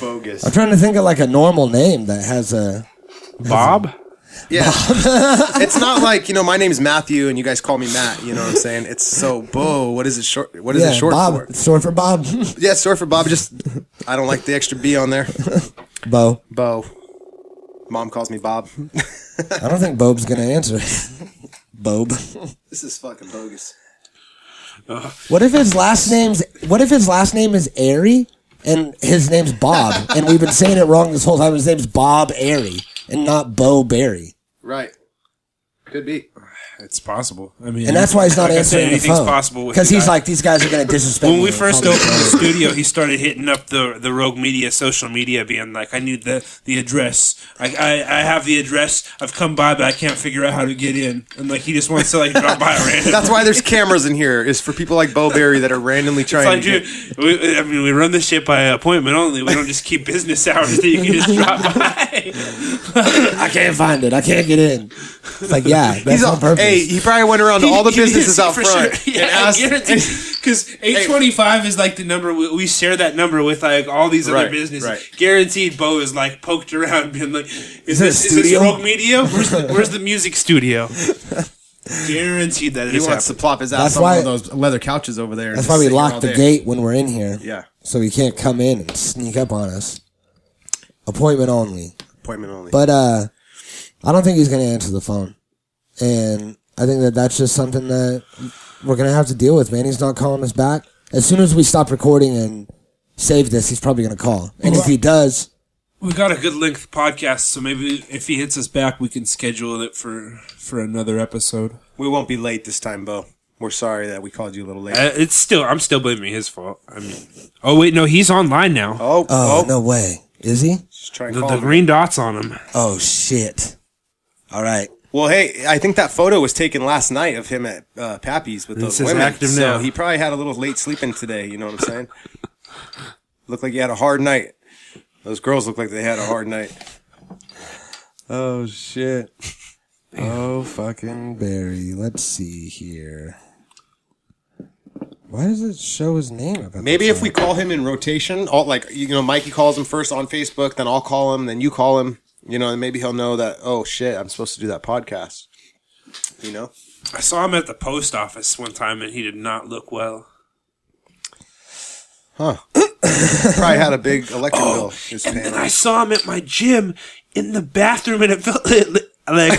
Speaker 7: Bogus.
Speaker 1: I'm trying to think of like a normal name that has a.
Speaker 6: Bob?
Speaker 7: [LAUGHS] Yeah. it's not like, you know, my name's Matthew and you guys call me Matt, you know what I'm saying? It's so Bo, what is it short what is
Speaker 1: yeah,
Speaker 7: it short
Speaker 1: Bob.
Speaker 7: for?
Speaker 1: It's Short for Bob. [LAUGHS]
Speaker 7: Yeah, it's short for Bob, just I don't like the extra B on there.
Speaker 1: Bo.
Speaker 7: Bo. Mom calls me Bob.
Speaker 1: I don't think Bob's gonna answer. [LAUGHS] Bob.
Speaker 7: This is fucking bogus.
Speaker 1: What if his last name's What if his last name is Airy and his name's Bob and we've been saying it wrong this whole time? His name's Bob Airy and not Bo Berry.
Speaker 7: Right. Could be.
Speaker 6: It's possible. I mean,
Speaker 1: And that's why he's not
Speaker 6: like I said,
Speaker 1: answering the
Speaker 6: anything's
Speaker 1: phone.
Speaker 6: possible with
Speaker 1: because
Speaker 6: the
Speaker 1: he's
Speaker 6: guy.
Speaker 1: like, these guys are going to disrespect.
Speaker 6: When
Speaker 1: me
Speaker 6: we
Speaker 1: and
Speaker 6: first
Speaker 1: call me
Speaker 6: opened the
Speaker 1: Bo Berry."
Speaker 6: studio, he started hitting up the the Rogue Media social media, being like, "I need the the address. I, I I have the address. I've come by, but I can't figure out how to get in." And like, he just wants to like drop by [LAUGHS] randomly.
Speaker 7: That's why there's cameras in here, is for people like Bo Berry that are randomly
Speaker 6: It's
Speaker 7: trying
Speaker 6: like,
Speaker 7: to get-
Speaker 6: dude, we, I mean, we run this shit by appointment only. We don't just keep business hours that you can just drop by.
Speaker 1: I can't find it. I can't get in. It's like, yeah, that's
Speaker 7: He's
Speaker 1: on
Speaker 7: all,
Speaker 1: purpose.
Speaker 7: hey, he probably went around to
Speaker 6: [LAUGHS]
Speaker 7: all the businesses out front [LAUGHS] and asked.
Speaker 6: Because eight twenty five is like the number we, we share that number with like all these other
Speaker 7: Right,
Speaker 6: businesses.
Speaker 7: right.
Speaker 6: Guaranteed, Bo is like poked around, being like, "Is
Speaker 1: there a
Speaker 6: this is this
Speaker 1: studio?"
Speaker 6: Rogue Media? Where's the, where's the
Speaker 7: [LAUGHS]
Speaker 6: music studio?" Guaranteed that
Speaker 7: He
Speaker 6: it's
Speaker 7: wants to
Speaker 6: happened.
Speaker 7: plop his ass
Speaker 1: That's
Speaker 7: on
Speaker 1: why-
Speaker 7: one of those leather couches over there. and
Speaker 1: that's
Speaker 7: just
Speaker 1: why we
Speaker 7: sit here all
Speaker 1: lock the
Speaker 7: day.
Speaker 1: gate when we're in here.
Speaker 7: Yeah.
Speaker 1: so he can't come in and sneak up on us. Appointment only.
Speaker 7: Appointment only.
Speaker 1: But uh, I don't think he's going to answer the phone, and I think that that's just something that we're going to have to deal with. Man, he's not calling us back. As soon as we stop recording and save this, he's probably going to call. And if he does,
Speaker 6: We got a good length podcast, so maybe if he hits us back, we can schedule it for for another episode.
Speaker 7: we won't be late this time, Bo. We're sorry that we called you a little late.
Speaker 6: Uh, it's still I'm still blaming his fault. I mean, oh wait, no, he's online now.
Speaker 7: oh,
Speaker 1: oh
Speaker 7: oh,
Speaker 1: no way, is he?
Speaker 7: just try and
Speaker 6: The,
Speaker 7: call
Speaker 6: the
Speaker 7: him.
Speaker 6: green dots on him.
Speaker 1: Oh shit! All right.
Speaker 7: Well, hey, I think that photo was taken last night of him at uh, Pappy's with those
Speaker 6: says
Speaker 7: women.
Speaker 6: active
Speaker 7: so
Speaker 6: now.
Speaker 7: he probably had a little late sleeping today. You know what I'm
Speaker 6: [LAUGHS]
Speaker 7: saying? looked like he had a hard night. Those girls look like they had a hard night.
Speaker 15: Oh
Speaker 1: [LAUGHS]
Speaker 15: shit. Oh fucking.
Speaker 1: Barry, let's see here. Why does it show his name? About
Speaker 7: Maybe
Speaker 1: the
Speaker 7: if we call him in rotation, all like you know, Mikey calls him first on Facebook, then I'll call him, then you call him. You know, and maybe he'll know that. Oh shit, I'm supposed to do that podcast. You
Speaker 6: [LAUGHS]
Speaker 7: know,
Speaker 6: I saw him at the post office one time, and he did not look well.
Speaker 7: probably had a big electric bill. His
Speaker 6: Oh, And I saw him at my gym in the bathroom, and it felt [LAUGHS] like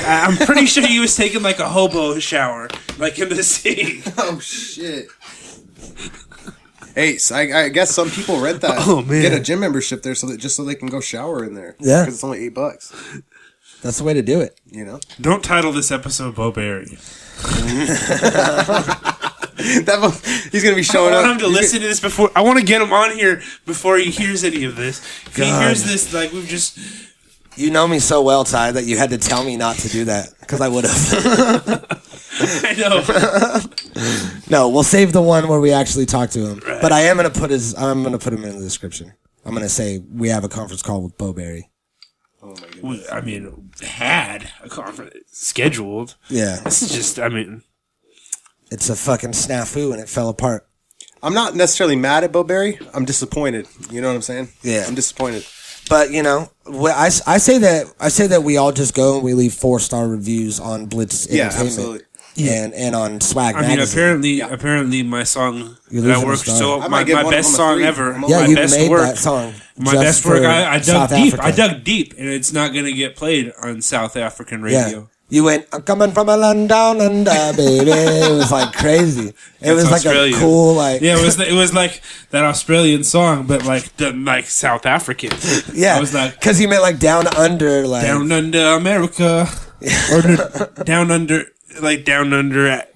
Speaker 6: I- I'm pretty sure he was taking like a hobo shower, like in the [LAUGHS] sea.
Speaker 7: oh shit. Hey, so I, I guess some people rent that.
Speaker 6: [LAUGHS] Oh, man.
Speaker 7: get a gym membership there so that just so they can go shower in there.
Speaker 1: Yeah.
Speaker 7: because it's only eight bucks.
Speaker 1: That's the way to do it.
Speaker 7: You know, [LAUGHS]
Speaker 6: Don't title this episode Bo Berry.
Speaker 7: that fu- he's gonna be showing
Speaker 6: I want
Speaker 7: up.
Speaker 6: him to
Speaker 7: He's
Speaker 6: listen to this before. I want to get him on here before he hears any of this. If
Speaker 1: God.
Speaker 6: he hears this, like we've just [LAUGHS]
Speaker 1: You know me so well, Ty, that you had to tell me not to do that because I would have.
Speaker 6: I
Speaker 1: [LAUGHS]
Speaker 6: know.
Speaker 1: no, we'll save the one where we actually talk to him. But I am gonna put his. I'm gonna put him in the description. I'm gonna say we have a conference call with Bo Berry.
Speaker 6: we- I mean, had a conference scheduled.
Speaker 1: Yeah.
Speaker 6: This is just. I mean,
Speaker 1: It's a fucking snafu and it fell apart.
Speaker 7: I'm not necessarily mad at Bo Berry. I'm disappointed. You know what I'm saying?
Speaker 1: Yeah.
Speaker 7: I'm disappointed.
Speaker 1: But you know, wh- I, s- I say that I say that we all just go and we leave four star reviews on Blitz
Speaker 7: Yeah,
Speaker 1: Entertainment
Speaker 7: absolutely.
Speaker 1: and and on Swag
Speaker 6: I mean,
Speaker 1: Magazine.
Speaker 6: apparently, apparently, my song
Speaker 1: You're
Speaker 6: that I
Speaker 1: losing a
Speaker 6: worked
Speaker 1: star.
Speaker 6: so
Speaker 1: I might
Speaker 6: my,
Speaker 1: give
Speaker 6: my
Speaker 1: one of
Speaker 6: best
Speaker 1: them a
Speaker 6: song
Speaker 1: three.
Speaker 6: ever.
Speaker 1: Yeah,
Speaker 6: my
Speaker 1: you
Speaker 6: best
Speaker 1: made
Speaker 6: work,
Speaker 1: that song
Speaker 6: My
Speaker 1: just
Speaker 6: best work.
Speaker 1: for
Speaker 6: I, I dug
Speaker 1: South
Speaker 6: deep.
Speaker 1: Africa.
Speaker 6: I dug deep, and it's not gonna get played on South African
Speaker 1: Yeah.
Speaker 6: radio.
Speaker 1: You went, I'm coming from a land down under, baby. it was like crazy. It
Speaker 6: That's
Speaker 1: was like
Speaker 6: Australian.
Speaker 1: a cool, like,
Speaker 6: yeah, it was it was like that Australian song, but like the like
Speaker 1: [LAUGHS]
Speaker 6: South African.
Speaker 1: yeah.
Speaker 6: I was like
Speaker 1: Cause you meant like down under, like,
Speaker 6: down
Speaker 1: [LAUGHS]
Speaker 6: under America or n- down under like down under a-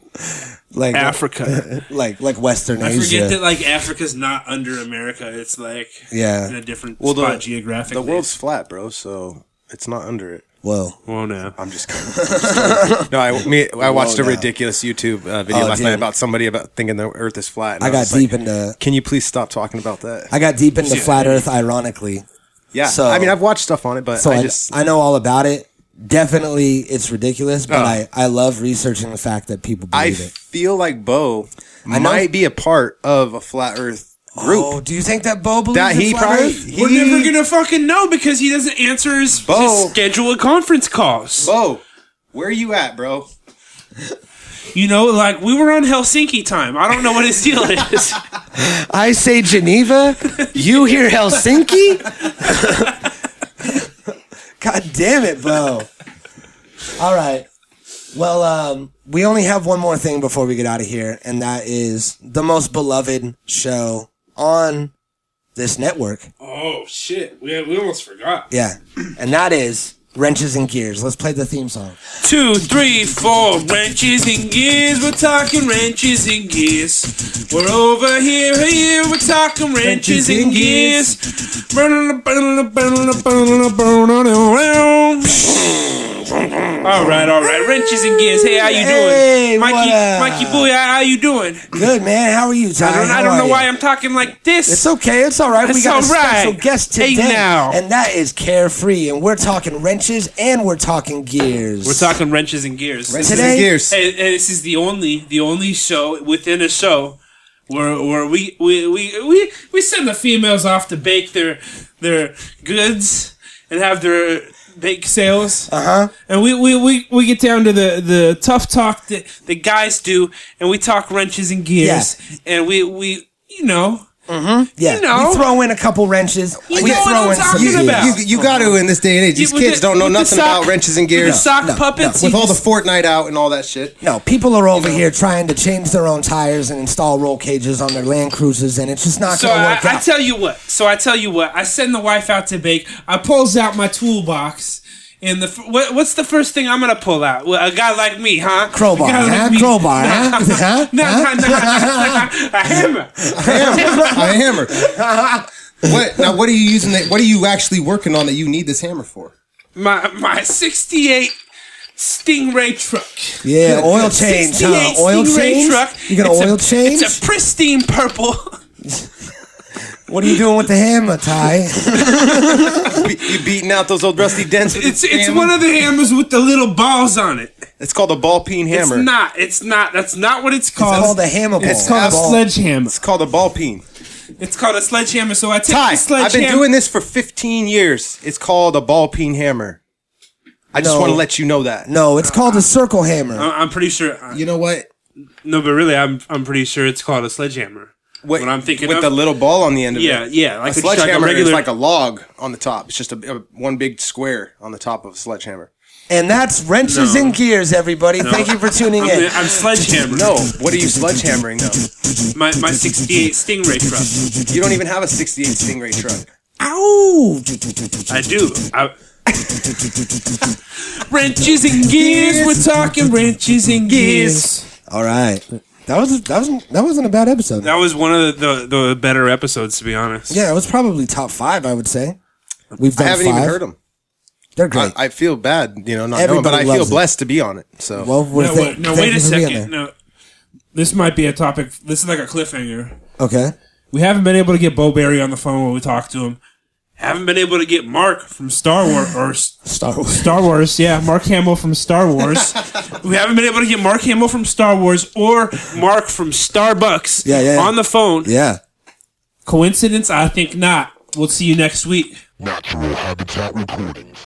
Speaker 1: like
Speaker 6: Africa.
Speaker 1: like, like Western
Speaker 6: I
Speaker 1: Asia.
Speaker 6: forget that like Africa's not under America. It's like
Speaker 1: Yeah.
Speaker 6: in a different
Speaker 7: Well,
Speaker 6: spot
Speaker 7: the-
Speaker 6: geographically.
Speaker 7: The world's flat, bro. So it's not under it.
Speaker 1: Whoa.
Speaker 6: Well, no.
Speaker 7: I'm just [LAUGHS] kidding. no, I, me, I watched
Speaker 1: Whoa,
Speaker 7: a
Speaker 1: no.
Speaker 7: ridiculous YouTube uh, video
Speaker 1: Oh,
Speaker 7: last
Speaker 1: dude.
Speaker 7: night about somebody about thinking the Earth is flat. and
Speaker 1: I
Speaker 7: was
Speaker 1: got
Speaker 7: just like,
Speaker 1: deep into,
Speaker 7: Can you please stop talking about that?
Speaker 1: I got deep into
Speaker 7: Yeah.
Speaker 1: flat earth, ironically.
Speaker 7: Yeah.
Speaker 1: So-
Speaker 7: I mean, I've watched stuff on it, but
Speaker 1: so
Speaker 7: I
Speaker 1: I,
Speaker 7: just
Speaker 1: I know all about it. Definitely, it's ridiculous, but
Speaker 7: Oh.
Speaker 1: I, I love researching the fact that people
Speaker 7: I
Speaker 1: believe it.
Speaker 7: feel like Bo
Speaker 1: I know-
Speaker 7: might be a part of a flat Earth group.
Speaker 1: Oh, do you think that Bo believes
Speaker 7: That
Speaker 1: in
Speaker 7: he
Speaker 1: flat
Speaker 7: probably-
Speaker 1: earth?
Speaker 7: he-
Speaker 6: We're never gonna fucking know because he doesn't answer his, his scheduled conference calls.
Speaker 7: Bo, where are you at, bro?
Speaker 6: You know, like we were on Helsinki time. I don't know what his deal is.
Speaker 1: I say Geneva, you hear
Speaker 6: [LAUGHS]
Speaker 1: Helsinki? God damn it, bro. All right. Well, um, we only have one more thing before we get out of here, and that is the most beloved show on this network.
Speaker 6: oh shit! We, we almost forgot.
Speaker 1: Yeah. And that is Wrenches and Gears. Let's play the theme song.
Speaker 6: Two, three, four, wrenches and gears. We're talking wrenches and gears. We're over here, here. We're talking wrenches and gears. All right, all right, wrenches and gears. Hey, how you
Speaker 1: Hey,
Speaker 6: doing, Mikey?
Speaker 1: what up?
Speaker 6: Mikey boy, how how you doing?
Speaker 1: Good, man. How are you, Ty?
Speaker 6: I don't, I
Speaker 1: How
Speaker 6: don't
Speaker 1: are
Speaker 6: know
Speaker 1: you?
Speaker 6: why I'm talking like this.
Speaker 1: It's okay. It's all right. we
Speaker 6: It's
Speaker 1: got a
Speaker 6: all right.
Speaker 1: special guest today,
Speaker 6: Hey, now.
Speaker 1: and that is Carefree. And we're talking wrenches, and we're talking gears.
Speaker 6: We're talking wrenches and gears.
Speaker 1: Wrenches and Today- [LAUGHS] gears.
Speaker 6: And, and this is the only the only show within a show where where we we, we, we, we send the females off to bake their their goods and have their bake sales.
Speaker 1: Uh huh.
Speaker 6: And we, we, we, we get down to the, the tough talk that the guys do and we talk wrenches and gears and we, we you know
Speaker 1: Mm-hmm. Yeah.
Speaker 6: You know.
Speaker 1: We throw in a couple wrenches.
Speaker 6: You
Speaker 1: we
Speaker 6: know what
Speaker 1: throw
Speaker 6: I'm
Speaker 1: in some
Speaker 6: talking
Speaker 1: gears.
Speaker 6: about.
Speaker 7: You, you got to in this day and age. These
Speaker 6: with
Speaker 7: kids
Speaker 6: the-
Speaker 7: don't know
Speaker 6: with the
Speaker 7: nothing
Speaker 6: sock-
Speaker 7: about wrenches and
Speaker 6: with the
Speaker 7: gears.
Speaker 6: sock puppets,
Speaker 7: With
Speaker 6: you
Speaker 7: all the
Speaker 6: just-
Speaker 7: Fortnite out and all that shit.
Speaker 1: No, people are over here trying to change their own tires and install roll cages on their Land Cruisers, and it's just not
Speaker 6: So
Speaker 1: going to
Speaker 6: I,
Speaker 1: work
Speaker 6: I
Speaker 1: out.
Speaker 6: tell you what. So I tell you what. I send the wife out to bake. I pulls out my toolbox. And the f- what, what's the first thing I'm gonna pull out? Well, a guy like me, huh?
Speaker 1: Crowbar,
Speaker 6: a guy
Speaker 1: huh? Crowbar,
Speaker 6: [LAUGHS]
Speaker 1: huh? Huh?
Speaker 6: No, no, no,
Speaker 1: Huh?
Speaker 6: no, no, no. A hammer.
Speaker 1: [LAUGHS]
Speaker 7: a hammer. What now? What are you using? That, what are you actually working on that you need this hammer for?
Speaker 6: My my '68 Stingray truck.
Speaker 1: yeah, oil change,
Speaker 6: 68
Speaker 1: huh? Oil
Speaker 6: Stingray
Speaker 1: change.
Speaker 6: truck.
Speaker 1: You got
Speaker 6: It's
Speaker 1: an
Speaker 6: a-
Speaker 1: oil change?
Speaker 6: [LAUGHS] It's a pristine purple. [LAUGHS]
Speaker 1: what are you doing with the hammer, Ty?
Speaker 7: Be- you beating out those old rusty dents. With
Speaker 6: It's
Speaker 7: this
Speaker 6: it's
Speaker 7: hammer?
Speaker 6: one of the hammers with the little balls on it.
Speaker 7: It's called a ball peen hammer.
Speaker 6: It's not. It's not. That's not what it's called.
Speaker 1: called a hammer ball.
Speaker 6: It's called a
Speaker 7: Ball.
Speaker 6: sledgehammer.
Speaker 7: It's called a ball peen.
Speaker 6: It's called a sledgehammer. So I
Speaker 7: Ty,
Speaker 6: take the
Speaker 7: I've
Speaker 6: sledgehammer.
Speaker 7: been doing this for 15 years. It's called a ball peen hammer. I just
Speaker 1: No.
Speaker 7: want to let you know that.
Speaker 1: No, it's called a circle hammer.
Speaker 6: I- I'm pretty sure. uh,
Speaker 7: You know what?
Speaker 6: No, but really, I'm I'm pretty sure it's called a sledgehammer.
Speaker 7: What,
Speaker 6: What I'm thinking
Speaker 7: with
Speaker 6: of-
Speaker 7: the little ball on the end of
Speaker 6: Yeah,
Speaker 7: it.
Speaker 6: yeah, like
Speaker 7: a
Speaker 6: it's like a
Speaker 7: sledgehammer
Speaker 6: regular-
Speaker 7: is like a log on the top. It's just a, a- one big square on the top of a sledgehammer.
Speaker 1: And that's wrenches
Speaker 6: No.
Speaker 1: and gears, everybody.
Speaker 6: No.
Speaker 1: Thank you for tuning
Speaker 6: I'm,
Speaker 1: in.
Speaker 6: I'm sledgehammer.
Speaker 7: No, what are you sledgehammering though?
Speaker 6: my my '68 Stingray truck.
Speaker 7: You don't even have a 68 Stingray truck.
Speaker 1: Ow!
Speaker 6: I do. I, [LAUGHS] wrenches and gears. We're talking wrenches and gears.
Speaker 1: All right. That was that was that wasn't a bad episode.
Speaker 16: That was one of the, the, the better episodes, to be honest.
Speaker 1: Yeah, it was probably top five. I would say. We've
Speaker 7: I
Speaker 1: done
Speaker 7: haven't
Speaker 1: five.
Speaker 7: even heard them.
Speaker 1: They're great.
Speaker 7: I, I feel bad, you know, not knowing,
Speaker 1: Everybody
Speaker 7: but I
Speaker 1: loves
Speaker 7: feel
Speaker 1: it.
Speaker 7: blessed to be on it. So
Speaker 1: well, we're
Speaker 6: no,
Speaker 1: thank-
Speaker 6: wait, no,
Speaker 1: thank
Speaker 6: wait
Speaker 1: you
Speaker 6: a
Speaker 1: for being
Speaker 6: second. No, this might be a topic. This is like a cliffhanger.
Speaker 1: there. Okay.
Speaker 6: We haven't been able to get Bo Berry on the phone when we talked to him. Haven't been able to get Mark from Star Wars or S-
Speaker 1: Star Wars.
Speaker 6: Star Wars. Yeah, Mark Hamill from Star
Speaker 1: [LAUGHS]
Speaker 6: Wars. we haven't been able to get Mark Hamill from Star Wars or Mark from Starbucks.
Speaker 1: Yeah, yeah, yeah.
Speaker 6: on the phone.
Speaker 1: Yeah.
Speaker 6: Coincidence? I think not. We'll see you next week.
Speaker 17: Natural Habitat Recordings.